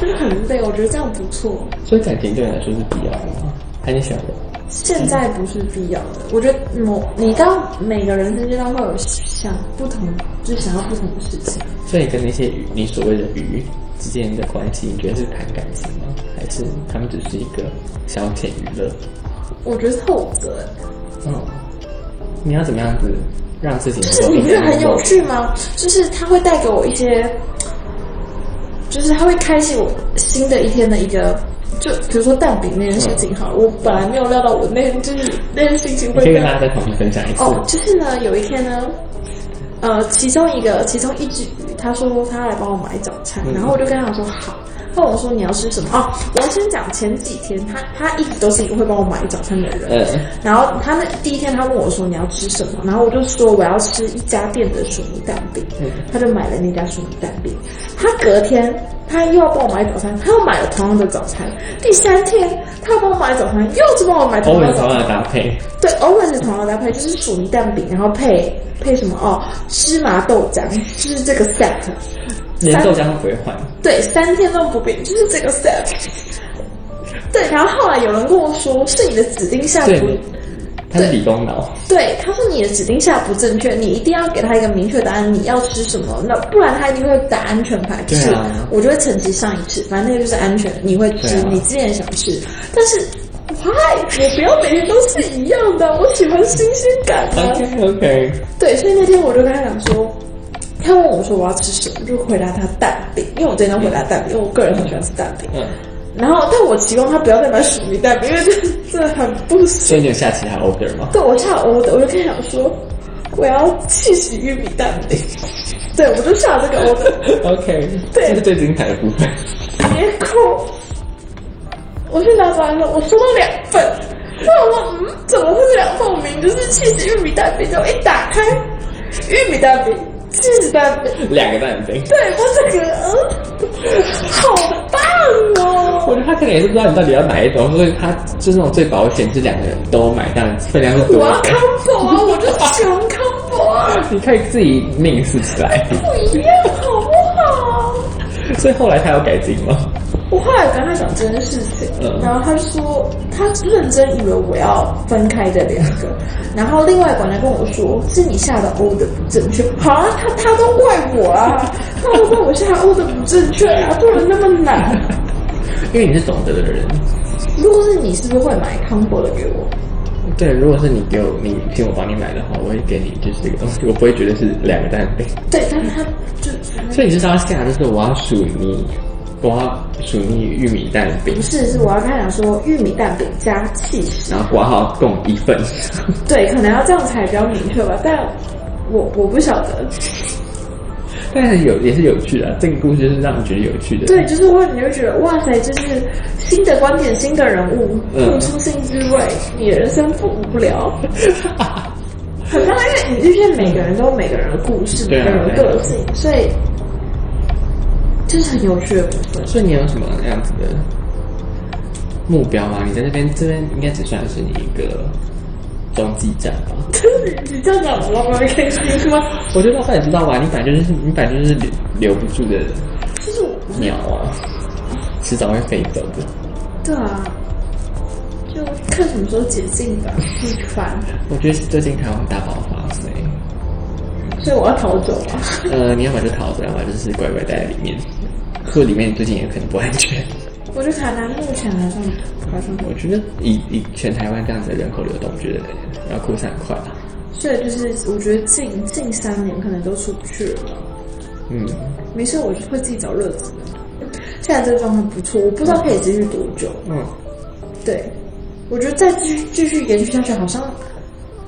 Speaker 3: 就是很累，我觉得这样不错。
Speaker 2: 所以感情对你来说是必要的吗？还是你喜欢的？
Speaker 3: 现在不是必要的，我觉得某你到每个人生阶段会有想不同，就是想要不同的事情。
Speaker 2: 所以跟那些鱼，你所谓的鱼之间的关系，你觉得是谈感情吗？还是他们只是一个消遣娱乐？
Speaker 3: 我觉得是后者，
Speaker 2: 嗯，你要怎么样子让事情能
Speaker 3: 就是
Speaker 2: 够
Speaker 3: 你不觉得很有
Speaker 2: 能够
Speaker 3: 趣吗？ [LAUGHS] 就是它会带给我一些，就是它会开启我新的一天的一个。就比如说蛋饼那件事情哈，我本来没有料到我那天就是那天心情
Speaker 2: 你
Speaker 3: 会
Speaker 2: 可
Speaker 3: 这
Speaker 2: 以跟
Speaker 3: 样
Speaker 2: 大家再重新分享一次。
Speaker 3: 哦，就是呢，有一天呢，呃，其中一个，其中一只鱼，他说他来帮我买早餐，
Speaker 2: 嗯
Speaker 3: 然后我就跟他说好。他问我说你要吃什么？哦，我要先讲前几天，他他一直都是一个会帮我买早餐的人。
Speaker 2: 嗯
Speaker 3: 然后他那第一天他问我说你要吃什么，然后我就说我要吃一家店的水泥蛋饼，
Speaker 2: 嗯
Speaker 3: 他就买了那家水泥蛋饼。他隔天他又要帮我买早餐，他又买了同样的早餐。第三天他又帮我买早餐，又是帮我买同
Speaker 2: 欧
Speaker 3: 样的
Speaker 2: 文
Speaker 3: 早
Speaker 2: 早
Speaker 3: 餐
Speaker 2: 晚。的搭配，
Speaker 3: 对，Owen 是同样搭配，就是薯泥蛋饼，然后配配什么哦，芝麻豆浆，就是这个 set。
Speaker 2: 连豆浆都不会换。
Speaker 3: 对，三天都不变，就是这个 set。对，然后后来有人跟我说，是你的指定下不
Speaker 2: 对，他是理工脑，
Speaker 3: 对，他说你的指定下不正确，你一定要给他一个明确答案，你要吃什么，那不然他一定会打安全牌。
Speaker 2: 对啊
Speaker 3: 是我就会趁机上一次，反正那个就是安全，你会吃，
Speaker 2: 对啊
Speaker 3: 你之前想吃，但是 why？我不要每天都是一样的，我喜欢新鲜感啊。
Speaker 2: OK OK，
Speaker 3: 对，所以那天我就跟他讲说，他问我说我要吃什么，就回答他蛋饼，因为我真的回答蛋饼，因为我个人很喜欢吃蛋饼。
Speaker 2: 嗯，
Speaker 3: 然后，但我期望他不要再买薯泥蛋饼，因为这这很不行。
Speaker 2: 所以你有下其他 order 吗？
Speaker 3: 对，我下了我的，我就跟他讲说，我要气死玉米蛋饼。对，我就下了这个 order，
Speaker 2: OK，
Speaker 3: 对
Speaker 2: 这是最精彩的部分。
Speaker 3: 别哭。
Speaker 1: 我去拿完了，我收到两份。那我说，嗯，怎么会是两份？我明明就是气死玉米蛋饼，就一打开，玉米蛋饼、气死蛋饼，
Speaker 2: 两个蛋饼，
Speaker 1: 对我这个，嗯，好棒哦！
Speaker 2: 我觉得他可能也是不知道你到底要哪一种，所以他就是那种最保险，是两个人都买，但分量是多
Speaker 1: 我要
Speaker 2: 的。
Speaker 1: combo 啊，我就喜欢 combo 啊，
Speaker 2: 你可以自己命试起来。
Speaker 1: 不一样好不好？
Speaker 2: 所以后来他有改进吗？
Speaker 3: 我后来跟他讲这件事情，
Speaker 2: 嗯
Speaker 3: 然后他就说他认真以为我要分开这两个，然后另外管家跟我说是你下的 order 不正确，好啊，他他都怪我啊，他都怪我下的 order 不正确啊，不然那么难。
Speaker 2: 因为你是懂得的人。
Speaker 3: 如果是你，是不是会买 combo 的给我？
Speaker 2: 对，如果是你给我，你请我帮你买的话，我会给你就是这个东西，我不会觉得是两个蛋饼。
Speaker 3: 对，但是他就
Speaker 2: 所以你就是要下，就是我要数你，我要数你玉米蛋饼
Speaker 3: 不，是，是我要跟他讲说玉米蛋饼加 cheese。
Speaker 2: 然后挂号共一份。 [LAUGHS]
Speaker 3: 对，可能要这样才比较明确吧，但我我不晓得。
Speaker 2: 但是有也是有趣的啊、这个故事是让你觉得有趣的。 [LAUGHS]
Speaker 3: 对，就是会你会觉得哇塞，就是新的观点、新的人物，
Speaker 2: 嗯
Speaker 3: 悟出新滋味，你的人生不无聊。
Speaker 2: 啊
Speaker 3: 很棒，因为你就是每个人都有每个人的故事，
Speaker 2: 对
Speaker 3: 每
Speaker 2: 啊
Speaker 3: 个人的个性，所以这是很有趣的部分。
Speaker 2: 所以你有什么样子的目标吗？你在这边，这边应该只算是你一个中继站吧。 [LAUGHS]
Speaker 3: 你这样讲，我老板会开心吗？
Speaker 2: 我觉得老板也知道啊吧，你本来就是你本来就是留留不住的
Speaker 3: 就是我，
Speaker 2: 鸟啊，迟早会飞走的。
Speaker 3: 对啊，就看什么时候解禁吧，很烦，
Speaker 2: 我觉得最近台湾大爆发，所以
Speaker 3: 所以我要逃走啊。
Speaker 2: 呃，你要么就逃走，要么就是乖乖待在里面。或里面最近也可能不安全。
Speaker 3: 我觉得台南目前还算还算不
Speaker 2: 我觉得以以全台湾这样子的人口流动，我觉得要扩散很快吧。
Speaker 3: 所以就是我觉得近近三年可能都出不去了吧。
Speaker 2: 嗯，
Speaker 3: 没事，我会自己找乐子的。现在这个状况不错，我不知道可以继续多久。
Speaker 2: 嗯，
Speaker 3: 对，我觉得再继续继续延续下去好像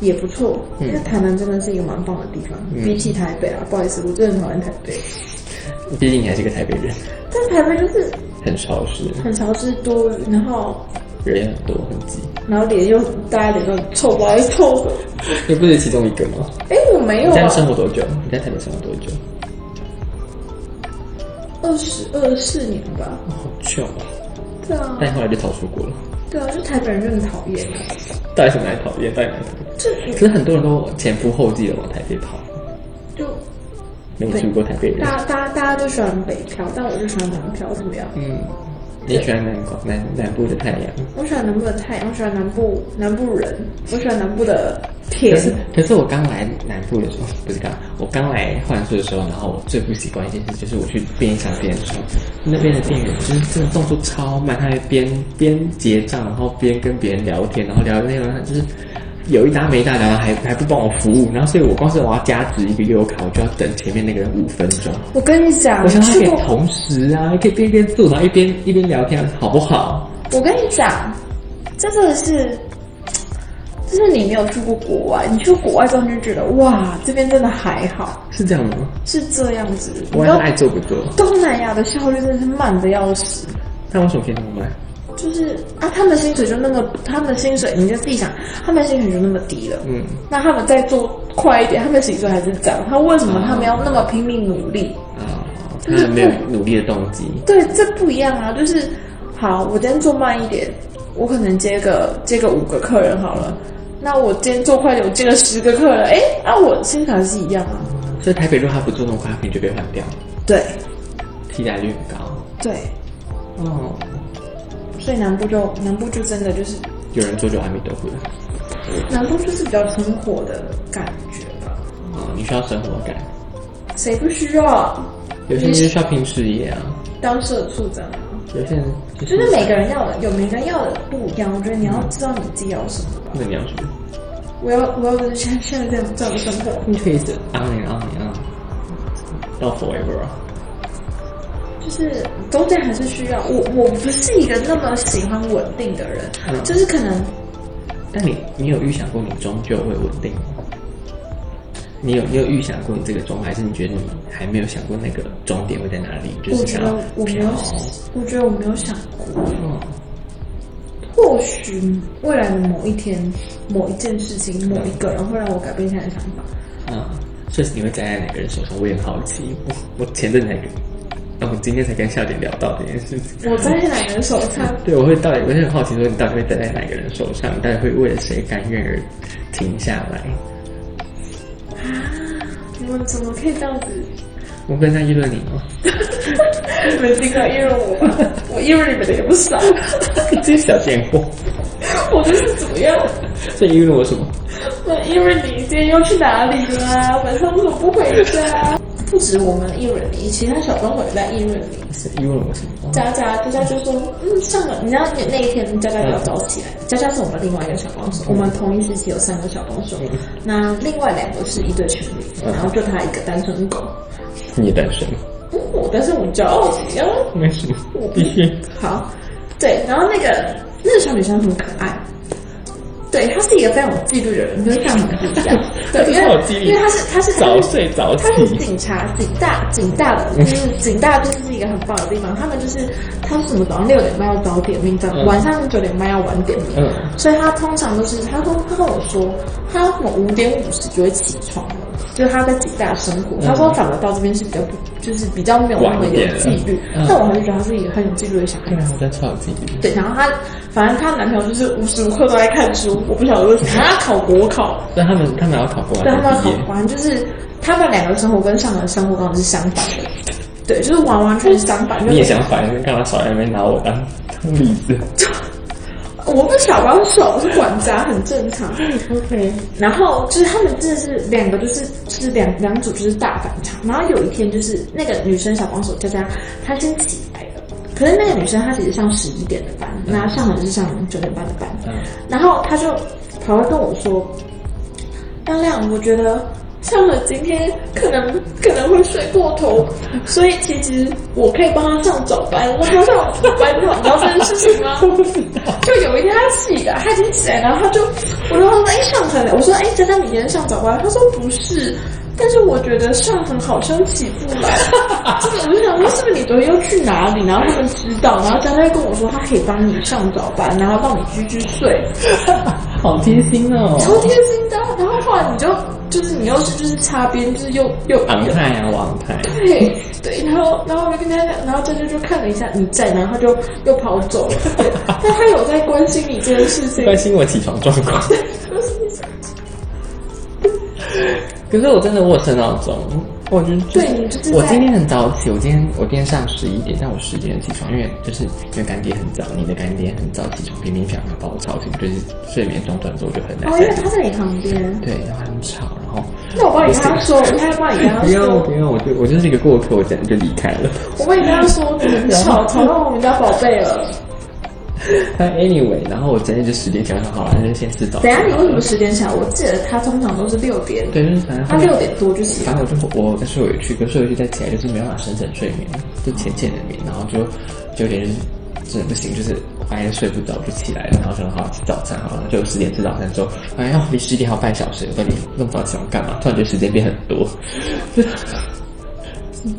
Speaker 3: 也不错，
Speaker 2: 嗯
Speaker 3: 因为台南真的是一个蛮棒的地方，比起台北啊，不好意思，我真的很讨厌台北。
Speaker 2: 毕竟你还是个台北人，
Speaker 3: 但台北就是
Speaker 2: 很潮湿，
Speaker 3: 很潮湿多雨，然后
Speaker 2: 人也很多，很挤。
Speaker 3: 然后脸又大家脸都很臭，我还臭的。
Speaker 2: 你不是其中一个吗？
Speaker 3: 哎、我没有
Speaker 2: 你在
Speaker 3: 啊，
Speaker 2: 生活多久？你在台北生活多久？
Speaker 3: 二十二四年吧。
Speaker 2: 好久啊！
Speaker 3: 对啊，
Speaker 2: 但你后来就逃出国了。
Speaker 3: 对啊，就台北人就很讨厌。
Speaker 2: 到底什么来讨厌？到底哪里讨厌？
Speaker 3: 这
Speaker 2: 可是很多人都前赴后继的往台北跑，
Speaker 3: 就
Speaker 2: 没有住过台北人。
Speaker 3: 大家大家大家都喜欢北漂，但我就喜欢南漂，怎么样？
Speaker 2: 嗯，你喜欢南国南南部的太阳？
Speaker 3: 我喜欢南部的太阳，我喜欢南部南部人，我喜欢南部的
Speaker 2: 可
Speaker 3: 天。
Speaker 2: 是可是我刚来南部的时候，不是刚，我刚来换宿的时候，然后我最不习惯一件事就是我去便利商店的时候，那边的店员就是真的动作超慢，他还边边结账，然后边跟别人聊天，然后聊的内容他就是。有一搭没一搭聊，然后还还不帮我服务，然后所以我光是我要加值一个悠游卡，我就要等前面那个人五分钟。
Speaker 3: 我跟你讲，
Speaker 2: 我想他可
Speaker 3: 去
Speaker 2: 以
Speaker 3: 过
Speaker 2: 同时啊，可以边边做，然后一边一边聊天，好不好？
Speaker 3: 我跟你讲，这真的是，就是你没有去过国外，你去国外之后你就觉得哇，这边真的还好，
Speaker 2: 是这样吗？
Speaker 3: 是这样子。
Speaker 2: 我
Speaker 3: 你知道
Speaker 2: 还是爱做不做，
Speaker 3: 东南亚的效率真的是慢的要死，
Speaker 2: 那为什么可以那么慢？
Speaker 3: 就是啊，他们薪水就那个，他们薪水你就自己想，他们薪水就那么低了，
Speaker 2: 嗯，
Speaker 3: 那他们再做快一点，他们薪水还是涨，他为什么他们要那么拼命努力？
Speaker 2: 啊，他们没有努力的动机。 [LAUGHS]
Speaker 3: 对，这不一样啊，就是好，我今天做慢一点，我可能接个接个五个客人好了。那我今天做快点，我接了十个客人，哎，那、我薪水还是一样啊。
Speaker 2: 所以台北如果他不做那么快，他可能就被换掉，
Speaker 3: 对
Speaker 2: 替代率很高。
Speaker 3: 对，
Speaker 2: 哦，
Speaker 3: 所以南部就南部就真的就是
Speaker 2: 有人做就阿弥陀佛。
Speaker 3: 南部就是比较生活的感觉吧，
Speaker 2: 哦，你需要生活感，
Speaker 3: 谁不需要
Speaker 2: 有些人就需要拼事业啊，
Speaker 3: 当社畜这样啊？
Speaker 2: 有些人就
Speaker 3: 就是是每个人要的有每个人要的不一样，我觉得你要知道你自己要什么吧。
Speaker 2: 那你要什么？
Speaker 3: 我要我要的是像现在这样这样的生活，
Speaker 2: 你可以是 on and on and on，到 forever 啊。
Speaker 3: 就是中间还是需要我，我不是一个那么喜欢稳定的人，
Speaker 2: 嗯
Speaker 3: 就是可能
Speaker 2: 但你你有预想过你终究会稳定吗？你有你有预想过你这个终，还是你觉得你还没有想过那个终点会在哪里？就
Speaker 3: 我
Speaker 2: 是
Speaker 3: 觉
Speaker 2: 想
Speaker 3: 得
Speaker 2: 要
Speaker 3: 我没
Speaker 2: 飘
Speaker 3: 有，，我觉得我没有想过，
Speaker 2: 嗯，
Speaker 3: 或许未来的某一天、某一件事情、某一个人会让我改变现在的想法。
Speaker 2: 啊，所以你会栽在哪个人手上？我也很好奇。我我前阵才跟，哦，我今天才跟笑姐聊到这件事情。
Speaker 3: 我在哪个人手上？
Speaker 2: 对，我会到底，我会很好奇说你到底会栽在哪个人手上？你到底会为了谁甘愿而停下来？
Speaker 3: 你们怎么可以这样子？
Speaker 2: 我跟他议论你吗？ [LAUGHS]
Speaker 3: 你们 [LAUGHS] 尽管议论我吧，我议论你们的也不少。 [LAUGHS]
Speaker 2: 这是小贱货，
Speaker 3: 我就是怎么样？
Speaker 2: 这议论我什么？
Speaker 3: 那议论你今天又去哪里了啊？晚上为什么不回家？不止我们议论你，其他小朋友也在议论你。
Speaker 2: 是议论我什么？
Speaker 3: 佳佳，佳佳就说，嗯，上个，你知道那一天佳佳比较早起来，佳佳是我们另外一个小帮手，我们同一时期有三个小帮手，那另外两个是一对情侣，然后就他一个单身狗。
Speaker 2: 你单身？
Speaker 3: 嗯，我但是我骄傲怎么样？
Speaker 2: 为什么？
Speaker 3: 我
Speaker 2: 必须。
Speaker 3: [LAUGHS] 好，对，然后那个那个小女生很可爱，对，她是一个非常有纪律的人，跟上你不一样，对，因
Speaker 2: [LAUGHS] 她有
Speaker 3: 为
Speaker 2: 纪律
Speaker 3: 因为她是她是
Speaker 2: 早睡早起
Speaker 3: 她是警察，警大警大的，就是警大就是一个很棒的地方，他们就是他们什么早上六点半要早点名，早
Speaker 2: 嗯
Speaker 3: 晚上九点半要晚点名，
Speaker 2: 嗯
Speaker 3: 所以他通常都是，他跟他跟我说，他什么五点五十就会起床了，就是他在极大生活。
Speaker 2: 嗯
Speaker 3: 他说反而到这边是比较不，就是比较没有那么有纪律
Speaker 2: 晚一点。嗯
Speaker 3: 但我还是觉得他是一个很有纪律的小孩
Speaker 2: 对。啊，我在超有自己。
Speaker 3: 对，然后他反正她男朋友就是无时无刻都在看书，我不晓得为什么。他考国考，
Speaker 2: 但他们他们要考过
Speaker 3: 对，他们
Speaker 2: 完
Speaker 3: 考
Speaker 2: 毕业，
Speaker 3: 完就是他们两个生活跟上人的生活刚好是相反的，对，就是完完全全相反。就
Speaker 2: 你也
Speaker 3: 是
Speaker 2: 想反，干嘛少在那边拿我当 [LAUGHS] 当例子？
Speaker 3: 我不是小帮手，我是管家，很正常。OK。然后就是他们真的是两个，就是就是两两组就是大反差。然后有一天就是那个女生小帮手佳佳，她先起来了，可是那个女生她其实上十一点的班，那上的是上九点半的班。
Speaker 2: 嗯
Speaker 3: 然后她就跑来跟我说：“亮亮，我觉得上了今天可能可能会睡过头，所以其实我可以帮他上早班，让他上早班。你知道这件事情吗？就有一天他起来，他已哎经起来，然后他就我就说：哎，上早班。我说：哎，佳佳，你今天上早班？他说不是。但是我觉得上层好像起不来。这个我就想说，是不是你昨天又去哪里？然后他们知道，然后江太跟我说他可以帮你上早班，然后帮你居居睡，
Speaker 2: 好贴心哦，
Speaker 3: 超贴心的。然后后来你就就是你又是就是擦边，就是又又
Speaker 2: 昂 [LAUGHS] 泰啊，我昂泰，
Speaker 3: 对对，然后然后我就跟他讲，然后珍珠就看了一下你在，然后他就又跑走
Speaker 2: [LAUGHS]
Speaker 3: 了。对但他有在关心你这件事情，
Speaker 2: 关心我起床状
Speaker 3: [LAUGHS]
Speaker 2: 况。可是我真的我有设闹钟，我觉得就是
Speaker 3: 对你就是
Speaker 2: 我
Speaker 3: 在
Speaker 2: 今天很早起，我今天我今天上十一点，但我十点起床，因为就是因为干爹很早，你的干爹很早起床，乒乒乓乓把我吵醒，就是睡眠中断之后就很难
Speaker 3: 哦，因
Speaker 2: 再
Speaker 3: 为
Speaker 2: 起
Speaker 3: 他在你旁边。
Speaker 2: 对，然后很吵，然后
Speaker 3: 那我帮你跟他说，我还帮你跟他
Speaker 2: 不要
Speaker 3: 说
Speaker 2: [LAUGHS] 不，要，我就我就是一个过客，我讲就离开了。 [LAUGHS]
Speaker 3: 我帮你跟他说，你很吵，吵到我们家宝贝了。
Speaker 2: 但 anyway，然后我真的就十点起来说好了，那就先吃早
Speaker 3: 等
Speaker 2: 餐
Speaker 3: 一下
Speaker 2: 好了。
Speaker 3: 你为什么时间起来？我记得他通常都是六点，
Speaker 2: 对，就是反正
Speaker 3: 他
Speaker 2: 后面
Speaker 3: 六点多就起来
Speaker 2: 反。正我就我在睡委屈，跟睡委屈再起来就是没办法深层睡眠，就浅浅的眠，然后就九点就是真的不行，就是半夜睡不着就哎起来了，然后想好吃早餐好了，就十点吃早餐之后，哎呀离十点还有半小时，我到底那么早起来干嘛？突然觉得时间变很多，就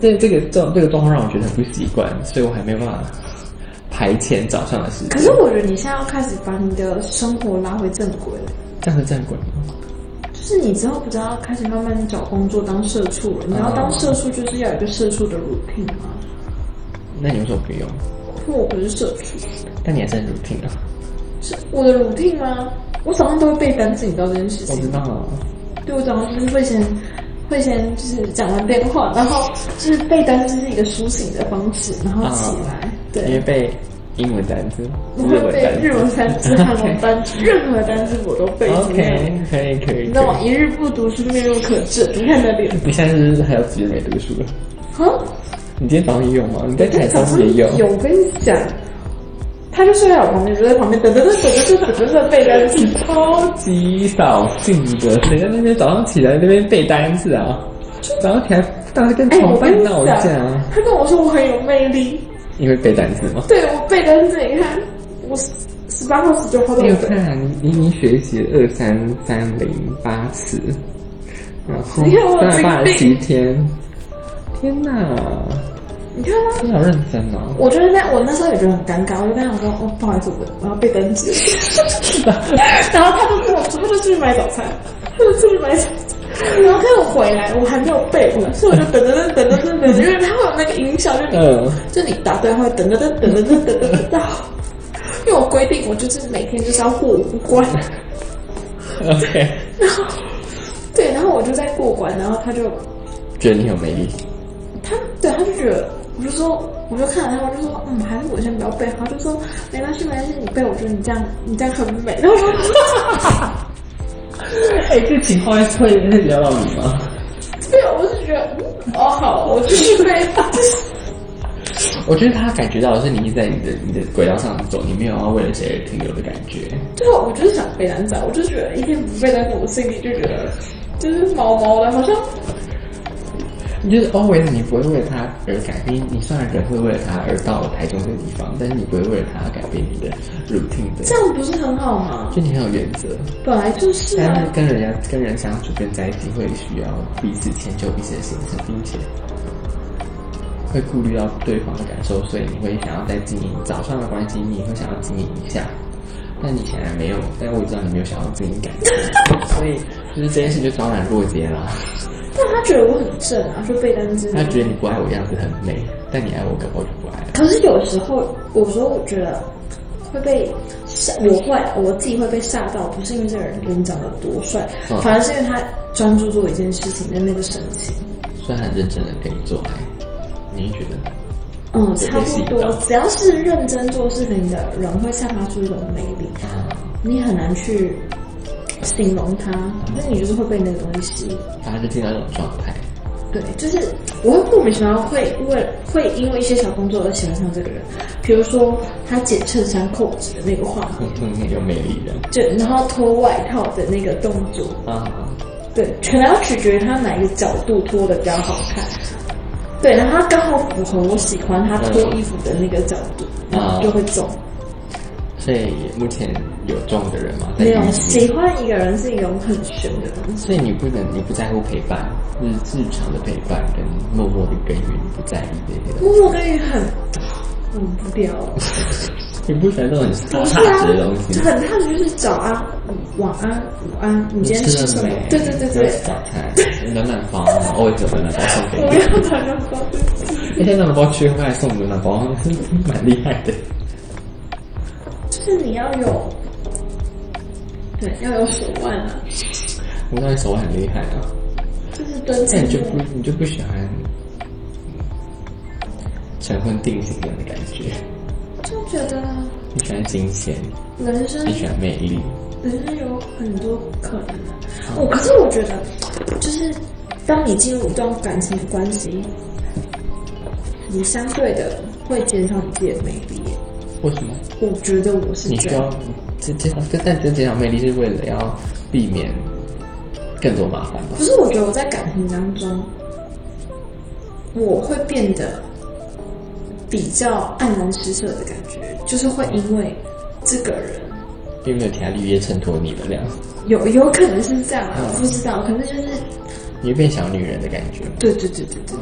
Speaker 2: 对这个状这个状况让我觉得很不习惯，所以我还没有办法排遣早上的时
Speaker 3: 可
Speaker 2: 间，
Speaker 3: 是我觉得你现在要开始把你的生活拉回正轨了，
Speaker 2: 这样是正轨吗？
Speaker 3: 就是你之后不知道开始慢慢找工作当社畜了，你要当社畜就是要有一个社畜的 routine 吗？
Speaker 2: 那你为什么不用？
Speaker 3: 因为我不是社畜，
Speaker 2: 但你还是很 routine 啊，
Speaker 3: 是我的 routine 吗？我早上都会背单词，你知道这件事
Speaker 2: 我
Speaker 3: 情
Speaker 2: 知
Speaker 3: 吗？
Speaker 2: 道啊，
Speaker 3: 对，我早上就是会先会先就是讲完电话，然后就是背单词是一个苏醒的方式，然后起来，
Speaker 2: 因
Speaker 3: 对，
Speaker 2: 为背英文单词、
Speaker 3: 我会
Speaker 2: 文
Speaker 3: 背
Speaker 2: 单词、
Speaker 3: 日文单词、韩文单词，任何单词我都背。
Speaker 2: [LAUGHS] OK，可以可以。
Speaker 3: 你知道吗？一日不读书，面目可憎。你看那脸，
Speaker 2: 可以你现在是不是还有几天没读书了？
Speaker 3: 啊，
Speaker 2: 你今天早上也有吗？你在台
Speaker 3: 早
Speaker 2: 上
Speaker 3: 上
Speaker 2: 也有？
Speaker 3: [LAUGHS] 有，我跟你讲，他就睡在我旁边，就在旁边噔噔噔噔噔噔噔噔背单词，超
Speaker 2: 极扫兴的，谁在那边早上起来那边背单词啊？早上起来当时跟
Speaker 3: 哎，
Speaker 2: 床
Speaker 3: 我跟
Speaker 2: 伴
Speaker 3: 你
Speaker 2: 闹
Speaker 3: 讲
Speaker 2: 架啊，，
Speaker 3: 他跟我说我很有魅力，
Speaker 2: 因为背单词吗？
Speaker 3: 对我背单词，你看我十八号、十九号都
Speaker 2: 你
Speaker 3: 有
Speaker 2: 有
Speaker 3: 背。
Speaker 2: 看啊你你学习二三三零八次，然后
Speaker 3: 你看我有
Speaker 2: 三百八十
Speaker 3: 精
Speaker 2: 七
Speaker 3: 力
Speaker 2: 天，天哪，
Speaker 3: 你看吗？
Speaker 2: 真的好认真哦！
Speaker 3: 我就是在我那时候也觉得很尴尬，我就跟他说：“哦，不好意思，我我要背单词。” [LAUGHS] 然后他就跟我说：“他就出去买早餐，他就出去买早餐。”然后他又回来，我还没有背完，所以我就等等等等等等等，因为他会有那个音效，就你
Speaker 2: 嗯，
Speaker 3: 就你答对会等等等等等等等等，因为我规定我就是每天就是要过五关。
Speaker 2: OK，
Speaker 3: 对，然后我就在过关，然后他就
Speaker 2: 觉得你很有魅力，
Speaker 3: 他对他就觉得，我就说，我就看了他，我就说，嗯，还是我先不要背好，他就说没关系，没关系，你背，我觉得你这样你这样很美。然后我说，
Speaker 2: [LAUGHS] 哎、这情况会会聊到你吗？
Speaker 3: 对，我是觉得，嗯哦好，我继续背。
Speaker 2: 我觉得他感觉到的是你一直在你的你的轨道上走，你没有要为了谁而停留的感觉。
Speaker 3: 最后我就是想背单词啊，我就觉得一天不背单词，我心里就觉得就是毛毛的，好像
Speaker 2: 你就是 always 你不会为了他而改变，你虽然人会为了他而到了台中这个地方，但是你不会为了他而改变你的 routine 的
Speaker 3: 这，样不是很好吗？
Speaker 2: 就你很有原则。
Speaker 3: 本来就是
Speaker 2: 但
Speaker 3: 啊
Speaker 2: 是。跟人家跟人相处跟在一起会需要彼此迁就彼此的心思，并且会顾虑到对方的感受，所以你会想要再经营早上的关系，你会想要经营一下。但你显然没有，但我知道你没有想要经营感情，所以就是这件事就昭然若揭啦。
Speaker 3: 但他觉得我很正啊，说背单词。
Speaker 2: 他觉得你不爱我样子很美，但你爱我，搞不好就不爱了。
Speaker 3: 可是有时候，有时候我觉得会被吓，我会我自己会被吓到，不是因为这个人跟你长得多帅，
Speaker 2: 嗯
Speaker 3: 反而是因为他专注做一件事情的那个神情。
Speaker 2: 虽然很认真的跟你做爱，你会觉得
Speaker 3: 嗯，
Speaker 2: 对
Speaker 3: 差
Speaker 2: 被吸
Speaker 3: 不多
Speaker 2: 引到，
Speaker 3: 只要是认真做事情的人，会散发出一种魅力，
Speaker 2: 啊，
Speaker 3: 你很难去形容他，但你就是会被那个东西吸引。
Speaker 2: 大家就进到这种状态。
Speaker 3: 对，就是我会莫名其妙会为会因为一些小动作而喜欢上这个人，比如说他解衬衫扣子的那个画面。
Speaker 2: 哼哼，有魅力的
Speaker 3: 就然后脱外套的那个动作，
Speaker 2: 啊，
Speaker 3: 对，可能要取决于他哪一个角度脱的比较好看。对，然后他刚好符合我喜欢他脱衣服的那个角度，
Speaker 2: 嗯
Speaker 3: 然后就会中。
Speaker 2: 所以目前有中的人嘛，在
Speaker 3: 没有
Speaker 2: 预计
Speaker 3: 喜欢一个人是一种很玄的东西。
Speaker 2: 所以你不能，你不在乎陪伴，就是日常的陪伴跟默默的耕耘，你不在意这些东
Speaker 3: 默默耕耘很很无聊，
Speaker 2: 西。你不喜欢这种很
Speaker 3: 不是
Speaker 2: 踏
Speaker 3: 啊
Speaker 2: 实的东，西。
Speaker 3: 很踏实，就是早安、嗯晚安、午安，你今天吃
Speaker 2: 了
Speaker 3: 什么
Speaker 2: 没？？
Speaker 3: 对对对对，
Speaker 2: 早餐暖暖包，啊我也只有暖暖包送给
Speaker 3: 我
Speaker 2: 你。
Speaker 3: 要把它放进去
Speaker 2: 而且暖暖包区块送暖暖包，蛮厉害的。
Speaker 3: 就是你要有，对，要有手腕啊，
Speaker 2: 我那手很厉害啊，
Speaker 3: 就是蹲
Speaker 2: 那
Speaker 3: 起
Speaker 2: 哎你就不你就不喜欢晨昏定型的感觉，
Speaker 3: 就觉得
Speaker 2: 你喜欢新鲜，
Speaker 3: 人生
Speaker 2: 你喜欢魅力。
Speaker 3: 人生有很多可能的。我、可是我觉得，就是当你进入一段感情的关系，你相对的会减少你自己的魅力耶。
Speaker 2: 为什么？
Speaker 3: 我觉得我是
Speaker 2: 你需
Speaker 3: 这
Speaker 2: 要
Speaker 3: 样，
Speaker 2: 这这但但这减少魅力是为了要避免更多麻烦吧
Speaker 3: 不？是我觉得我在感情当中，我会变得比较黯然失色的感觉，就是会因为这个人
Speaker 2: 因为没有其他绿叶衬托你的量，
Speaker 3: 有有可能是这样啊，
Speaker 2: 嗯
Speaker 3: 我不知道，可能就是
Speaker 2: 你会变小女人的感觉吗？
Speaker 3: 对对对对对对，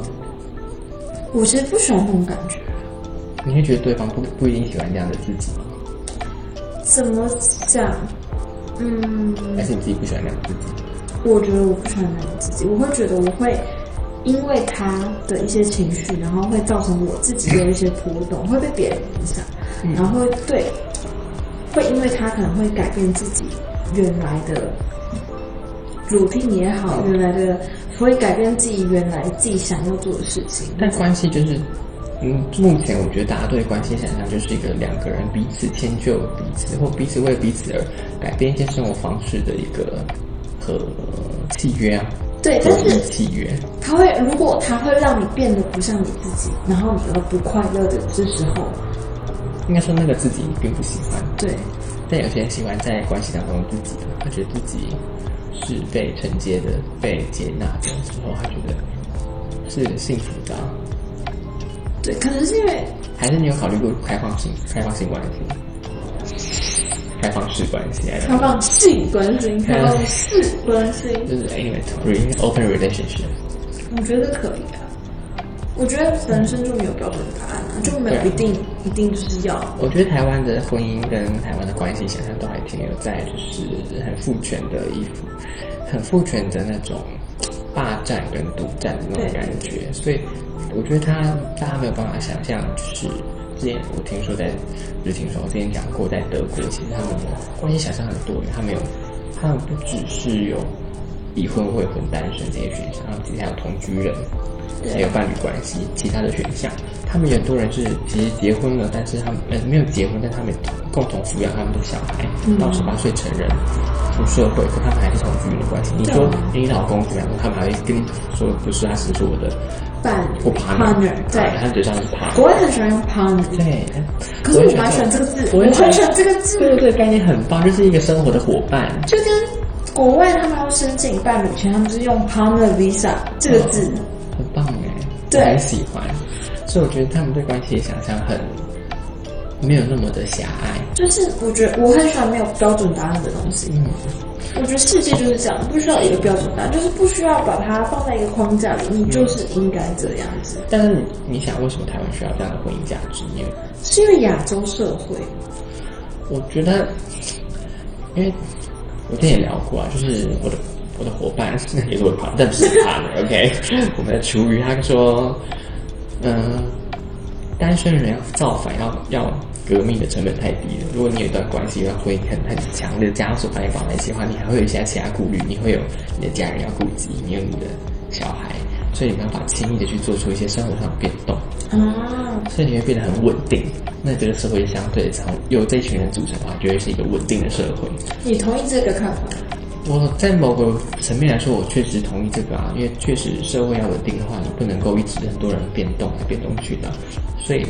Speaker 3: 我其实不喜欢这种感觉。
Speaker 2: 你会觉得对方不不一定喜欢这样的自己吗？
Speaker 3: 怎么讲？嗯，
Speaker 2: 还是你自己不喜欢这样的自己？
Speaker 3: 我觉得我不喜欢那样自己，我会觉得我会因为他的一些情绪，然后会造成我自己有一些波动，会被别人影响，然后会对，会因为他可能会改变自己原来的 routine 也好，原来的会改变自己原来自己想要做的事情。
Speaker 2: 但关系就是，嗯，目前我觉得大家对关系想象就是一个两个人彼此迁就彼此，或彼此为彼此而改变一些生活方式的一个和契约啊，
Speaker 3: 对，但
Speaker 2: 合
Speaker 3: 是
Speaker 2: 意契约。
Speaker 3: 他会，如果他会让你变得不像你自己，然后你又不快乐的这时候，
Speaker 2: 应该说那个自己并不喜欢，
Speaker 3: 对，
Speaker 2: 但有些人喜欢在关系当中自己的，他觉得自己是被承接的、被接纳的时候，他觉得是幸福的啊、
Speaker 3: 对，可能是因为
Speaker 2: 还是你有考虑过开放性、开放性关系、开放式关系？
Speaker 3: 开放性关心，开放式关心，
Speaker 2: 就是 anyway re- open relationship，
Speaker 3: 我觉得可以啊。我觉得人生就没有标准答案啊，就没有
Speaker 2: 对
Speaker 3: 一定一定就是要。
Speaker 2: 我觉得台湾的婚姻跟台湾的关系想象都还停留在就是很父权的衣服，很父权的那种霸占跟独占的那种感觉，所以我觉得他大家没有办法想象，就是之前我听说在不是听说，我之前讲过在德国，其实他们的关系想象很多元，他们有他们不只是有已婚、未婚、单身这些选项，他们其实还有同居人，还有伴侣关系，其他的选项。他们有很多人是其实结婚了，但是他们呃没有结婚，但他们共同抚养他们的小孩到十八岁成人出社会，可他们还是同居人的关系。你
Speaker 3: 对啊
Speaker 2: 说你老公怎么样？他们还会跟你说不是，他只是我的
Speaker 3: 伴侣
Speaker 2: 我 partner，啊
Speaker 3: partner，对
Speaker 2: 他们嘴上是 partner。
Speaker 3: 国外很喜欢用 partner，
Speaker 2: 对，
Speaker 3: 可是我蛮喜欢这个字，我
Speaker 2: 也
Speaker 3: 很喜欢这个字，
Speaker 2: 对对对，概念很棒，就是一个生活的伙伴。
Speaker 3: 就跟国外他们要申请伴侣前，他们是用 partner visa 这个字。
Speaker 2: 很棒哎，
Speaker 3: 对
Speaker 2: 我很喜欢。所以我觉得他们对关系的想象很没有那么的狭隘。
Speaker 3: 就是我觉得我很喜欢没有标准答案的东西。
Speaker 2: 嗯，
Speaker 3: 我觉得世界就是这样，不需要一个标准答案，就是不需要把它放在一个框架里，你就是应该这样子。
Speaker 2: 但是你你想，为什么台湾需要这样的婚姻价值？因为
Speaker 3: 是因为亚洲社会，
Speaker 2: 我觉得，因为我之前也聊过啊，就是我的我的伙伴也是我的 partner，但不是 partner，OK？、我 [LAUGHS] 们的厨余他说，嗯、单身人要造反要要革命的成本太低了。如果你有一段关系，要婚姻很很强烈的枷锁把你绑在一起的话，你还会有一些其他顾虑，你会有你的家人要顾及，你有你的小孩，所以你没办法轻易的去做出一些生活上的变动。
Speaker 3: 啊，
Speaker 2: 所以你会变得很稳定。那这个社会相对从由这一群人组成的话，就会是一个稳定的社会。
Speaker 3: 你同意这个看法？
Speaker 2: 我在某个层面来说，我确实同意这个啊，因为确实社会要稳定的话，你不能够一直很多人变动来变动去的，所以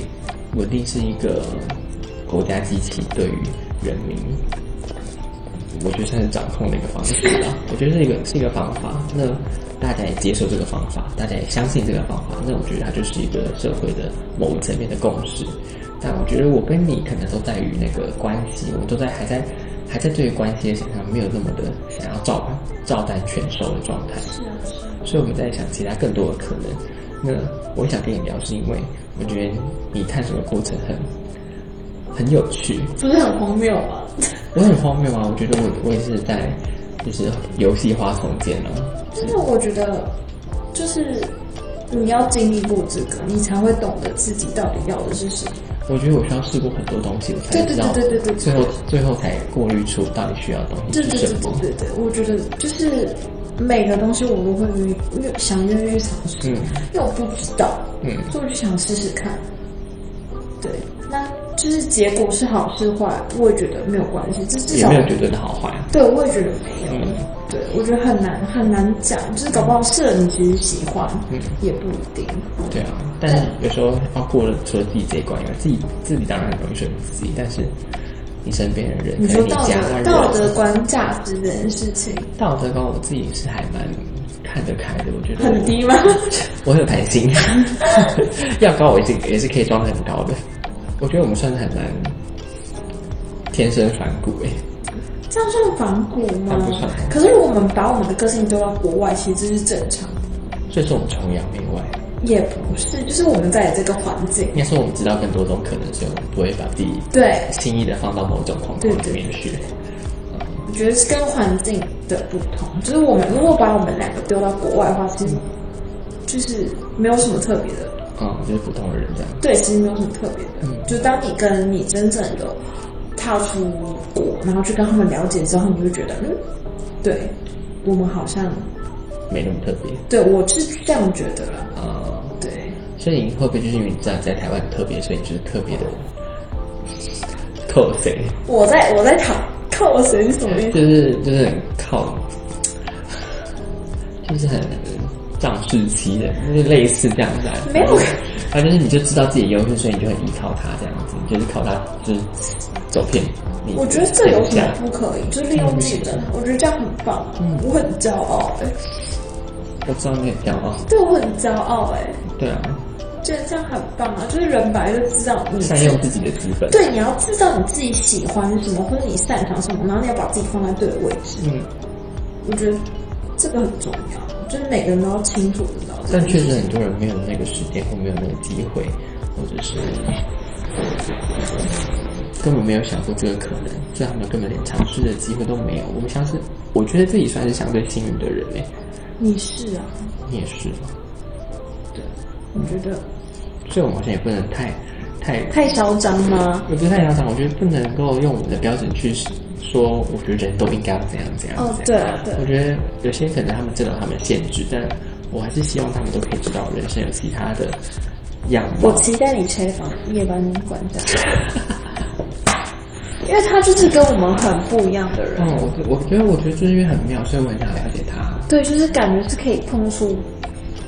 Speaker 2: 稳定是一个国家机器对于人民，我觉得算是掌控的一个方式啊，我觉得是一个是一个方法，那大家也接受这个方法，大家也相信这个方法，那我觉得它就是一个社会的某一层面的共识。但我觉得我跟你可能都在于那个关系，我都在还在还在对于关系的想象没有那么的想要照照单全收的状态。
Speaker 3: 是啊，是啊，
Speaker 2: 所以我们在想其他更多的可能。那我想跟你聊，是因为我觉得你探索的过程很很有趣，
Speaker 3: 不是很荒谬吗？
Speaker 2: 我很荒谬啊！我觉得我我也是在就是游戏花丛间哦，
Speaker 3: 真的，我觉得 [LAUGHS] 就是你要经历过这个，你才会懂得自己到底要的是什么。
Speaker 2: 我觉得我需要试过很多东西，我才
Speaker 3: 对对
Speaker 2: 知道
Speaker 3: 对对对对
Speaker 2: 最后最后才过滤出到底需要的东
Speaker 3: 对
Speaker 2: 西
Speaker 3: 对对
Speaker 2: 是什么。
Speaker 3: 对对对，我觉得就是每个东西我都会愿意愿想愿意尝试，
Speaker 2: 嗯
Speaker 3: 因为我不知道，
Speaker 2: 嗯
Speaker 3: 所以我就想试试看。对，那就是结果是好是坏，我也觉得没有关系，至至
Speaker 2: 也
Speaker 3: 少
Speaker 2: 没有绝对的好坏。啊
Speaker 3: 对我也觉得没有。
Speaker 2: 嗯
Speaker 3: 对，我觉得很难很难讲，就是搞不好是你其实喜欢，
Speaker 2: 嗯
Speaker 3: 也不一定。
Speaker 2: 对啊，但是有时候要过了除了自己这一关以外，自己自己当然很容易说服自己，但是你身边的人，
Speaker 3: 你
Speaker 2: 可
Speaker 3: 说
Speaker 2: 哎能你
Speaker 3: 道
Speaker 2: 家
Speaker 3: 德
Speaker 2: 人
Speaker 3: 道德观、价值这件事情
Speaker 2: 道德观我自己是还蛮看得开的，我觉得
Speaker 3: 很低吗？
Speaker 2: 我，我很有弹性， [LAUGHS] 要高我也是也是可以装得很高的。我觉得我们算是还蛮天生反骨欸诶、
Speaker 3: 这样算反骨吗
Speaker 2: 那不算？
Speaker 3: 可是我们把我们的个性丢到国外，其实这是正常的，
Speaker 2: 所以说我们崇洋媚外，
Speaker 3: 也不是，就是我们在这个环境，
Speaker 2: 应该说我们知道更多种可能，所以我们不会把自己
Speaker 3: 对，
Speaker 2: 轻易的放到某种框框里面去。
Speaker 3: 我觉得是跟环境的不同，就是我们如果把我们两个丢到国外的话，其实就是没有什么特别的，
Speaker 2: 嗯，就是普通人这样。
Speaker 3: 对，其实没有什么特别的。
Speaker 2: 嗯
Speaker 3: 就当你跟你真正有踏出国，然后去跟他们了解之后，你会觉得，嗯，对我们好像，
Speaker 2: 没那么特别。
Speaker 3: 对我是这样觉得啦，
Speaker 2: 啊、
Speaker 3: 对。
Speaker 2: 所以你会不会就是因为你知道你在台湾很特别，所以你就是特别的靠谁？
Speaker 3: 我在我在考靠我谁是什么意思？
Speaker 2: 就是就是很靠，就是很仗势欺人，就是类似这样子啊。
Speaker 3: 没有
Speaker 2: 反正就是你就知道自己的优势，所以你就很依靠他这样子，你就是靠他就是走遍你。
Speaker 3: 我觉得这有什
Speaker 2: 这
Speaker 3: 么
Speaker 2: 样
Speaker 3: 不可以？就利用自己的，我觉得这样很棒，我很骄傲哎、
Speaker 2: 我知道你很骄傲，
Speaker 3: 对我很骄傲哎、
Speaker 2: 对啊，
Speaker 3: 觉得这样很棒啊！就是人本来就知道你
Speaker 2: 善用自己的资本。
Speaker 3: 对，你要知道你自己喜欢什么，或者你擅长什么，然后你要把自己放在对的位置。
Speaker 2: 嗯，
Speaker 3: 我觉得这个很重要，就是每个人都要清楚知道这
Speaker 2: 但
Speaker 3: 个。
Speaker 2: 确实很多人没有那个时间，或没有那个机会，或者是根本没有想过这个可能，所以他们根本连尝试的机会都没有。我们像是，我觉得自己算是相对幸运的人诶、
Speaker 3: 你是啊，
Speaker 2: 你也是吗？
Speaker 3: 我觉得
Speaker 2: 所以我们好像也不能太太，
Speaker 3: 太嚣张吗？
Speaker 2: 我不是太想讲，我觉得不能够用我们的标准去说，我觉得人都应该要怎样怎样怎样。
Speaker 3: 哦，对啊，对啊
Speaker 2: 我觉得有些可能他们知道他们的限制，但我还是希望他们都可以知道人生有其他的样貌。
Speaker 3: 我期待你采访夜班馆
Speaker 2: [LAUGHS]
Speaker 3: 长，因为他就是跟我们很不一样的人。
Speaker 2: 嗯，我觉我觉得我觉得就是因为很妙，所以我很想了解他。
Speaker 3: 对，就是感觉是可以碰出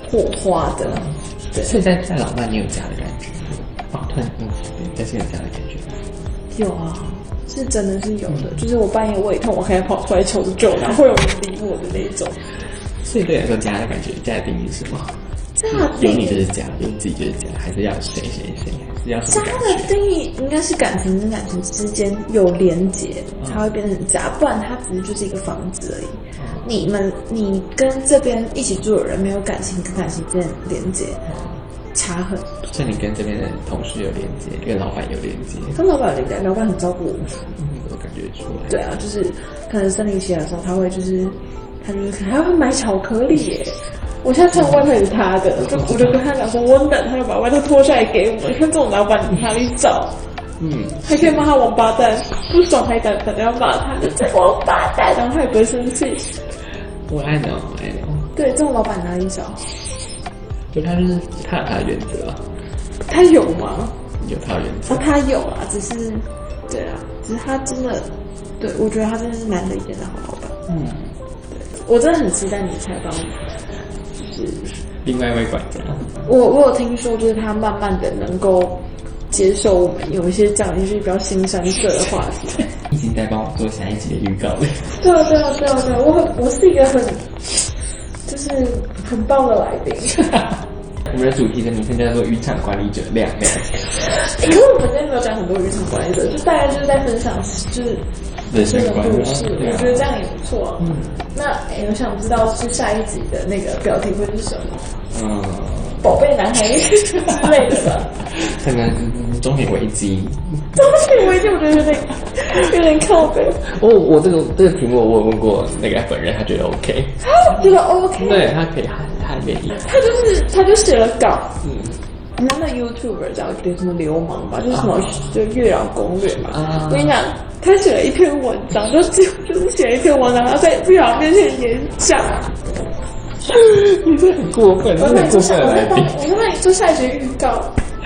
Speaker 3: 火花的。对
Speaker 2: 所以在在老伴你有家的感觉吗，哦，突然嗯，对在这有家的感觉吗。
Speaker 3: 有啊，是真的是有的，就是我半夜胃痛，我还跑出来求救，然后会有人理我的那种。
Speaker 2: 所以对你来说家的感觉，家的定义是什么？
Speaker 3: 家
Speaker 2: 有你就是家，有你自己就是家，还是要谁谁谁，还是要什
Speaker 3: 家
Speaker 2: 么感
Speaker 3: 的
Speaker 2: 觉？
Speaker 3: 定义应该是感情跟感情之间有连结，才会变成家，不然它只是就是一个房子而已。你们你跟这边一起住的人没有感情跟感情之间的连接，差很。
Speaker 2: 所以你跟这边的同事有连接，跟老板有连接，
Speaker 3: 跟老板有连接，老板很照顾我们。
Speaker 2: 嗯，我感觉出来。
Speaker 3: 对啊，就是可能生理期的时候，他会就是他就是还会买巧克力耶。我现在穿的外套也是他的，就我就跟他讲说我冷，他就把外套脱下来给我。你看这种老板你哪里找？
Speaker 2: 嗯，
Speaker 3: 还可以骂他王八蛋，不爽还敢反正要骂他，这王八蛋，然后他也不会生气。
Speaker 2: 我爱你哦，我爱你哦。
Speaker 3: 对，这种老板哪里找？
Speaker 2: 就他就是他有他的原则啊，
Speaker 3: 他有吗？
Speaker 2: 有他的原则
Speaker 3: 哦，。他有啊，只是对啊，只是他真的，对我觉得他真的是难得一见的好老板。
Speaker 2: 嗯，
Speaker 3: 我真的很期待你采访我。
Speaker 2: 另外一位管家，
Speaker 3: 我我有听说，就是他慢慢的能够接受我们有一些讲一些比较新山色的话题。
Speaker 2: 已经在帮我做下一集的预告了。
Speaker 3: 对啊对啊对啊对啊，我很我是一个很就是很棒的来宾。
Speaker 2: [LAUGHS] 我们的主题的名称叫做“渔场管理者亮亮
Speaker 3: 欸可是我们今天没有讲很多渔场管理者，就大概就是在分享，就是”这
Speaker 2: 人生
Speaker 3: 种
Speaker 2: 观
Speaker 3: 故
Speaker 2: 啊
Speaker 3: 事，，
Speaker 2: 对
Speaker 3: 我
Speaker 2: 啊
Speaker 3: 觉，得这样也不错、啊。那、欸、我想知道是下一集的那个标题会是什么？
Speaker 2: 嗯，
Speaker 3: 宝贝男孩之类的吧。
Speaker 2: 可能中年危机。
Speaker 3: 东西我已经我觉得有点有点靠背，
Speaker 2: 哦，我这个这个题目我有问过那个本人，他觉得 OK，
Speaker 3: 觉得 OK。
Speaker 2: 对他可以，他他愿意，
Speaker 3: 他就是他就写了稿，
Speaker 2: 嗯
Speaker 3: 你知道那 YouTuber 叫什么流氓吧，就是什么、就月亮攻略嘛。
Speaker 2: 啊
Speaker 3: 我跟你讲，他写了一篇文章，就就就是写了一篇文章，他在月亮面前演讲。
Speaker 2: 你这 [LAUGHS] 很过分，
Speaker 3: 我
Speaker 2: 真的
Speaker 3: 那
Speaker 2: 很
Speaker 3: 你
Speaker 2: 过
Speaker 3: 做下，
Speaker 2: 分的
Speaker 3: 我
Speaker 2: 来
Speaker 3: 在帮
Speaker 2: 宾
Speaker 3: 你，，我在帮你做下一集预告，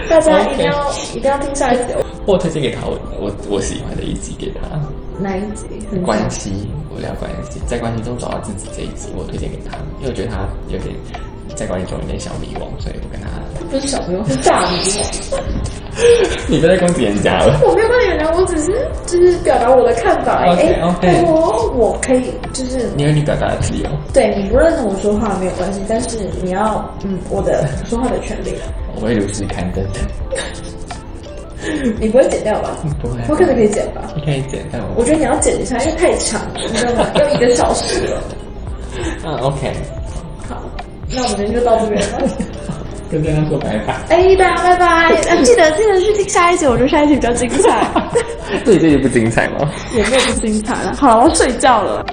Speaker 3: 大家一定要一定要听下一集。
Speaker 2: [LAUGHS]
Speaker 3: 哦
Speaker 2: 我推荐给他我我我喜欢的一集给他，
Speaker 3: 哪一集？
Speaker 2: 关系，我聊关系，在关系中找到自己这一集，我推荐给他，因为我觉得他有点在关系中有点小迷惘，所以我跟他，
Speaker 3: 不是小朋友，是大迷惘。
Speaker 2: [LAUGHS] 你不要再攻击人家了。
Speaker 3: 我没有跟你聊，我只是就是表达我的看法而已。哎
Speaker 2: OK，OK
Speaker 3: 哎我我可以就是
Speaker 2: 你有你表达的自由，
Speaker 3: 对你不认同我说话没有关系，但是你要嗯我的说话的权利，
Speaker 2: 我会如实刊登的。
Speaker 3: [CLEARS THROAT] 你不会剪掉吧？
Speaker 2: 嗯不会，
Speaker 3: 我可能可以剪吧。
Speaker 2: 你可以剪，但
Speaker 3: 我
Speaker 2: 我
Speaker 3: 觉得你要剪一下，因为太长了，你知道吗？要一个小时了。
Speaker 2: 啊 OK，
Speaker 3: 好，那我们今天就到这边
Speaker 2: [LAUGHS]
Speaker 3: 了。
Speaker 2: 跟大家说拜拜。
Speaker 3: 哎，大家拜拜！呃 [LAUGHS] 记得记得去听下一集，我觉得下 [LAUGHS] 一集比较精彩，
Speaker 2: [LAUGHS] 自己这里不精彩吗？
Speaker 3: 也没有不精彩了。好了，我要睡觉了。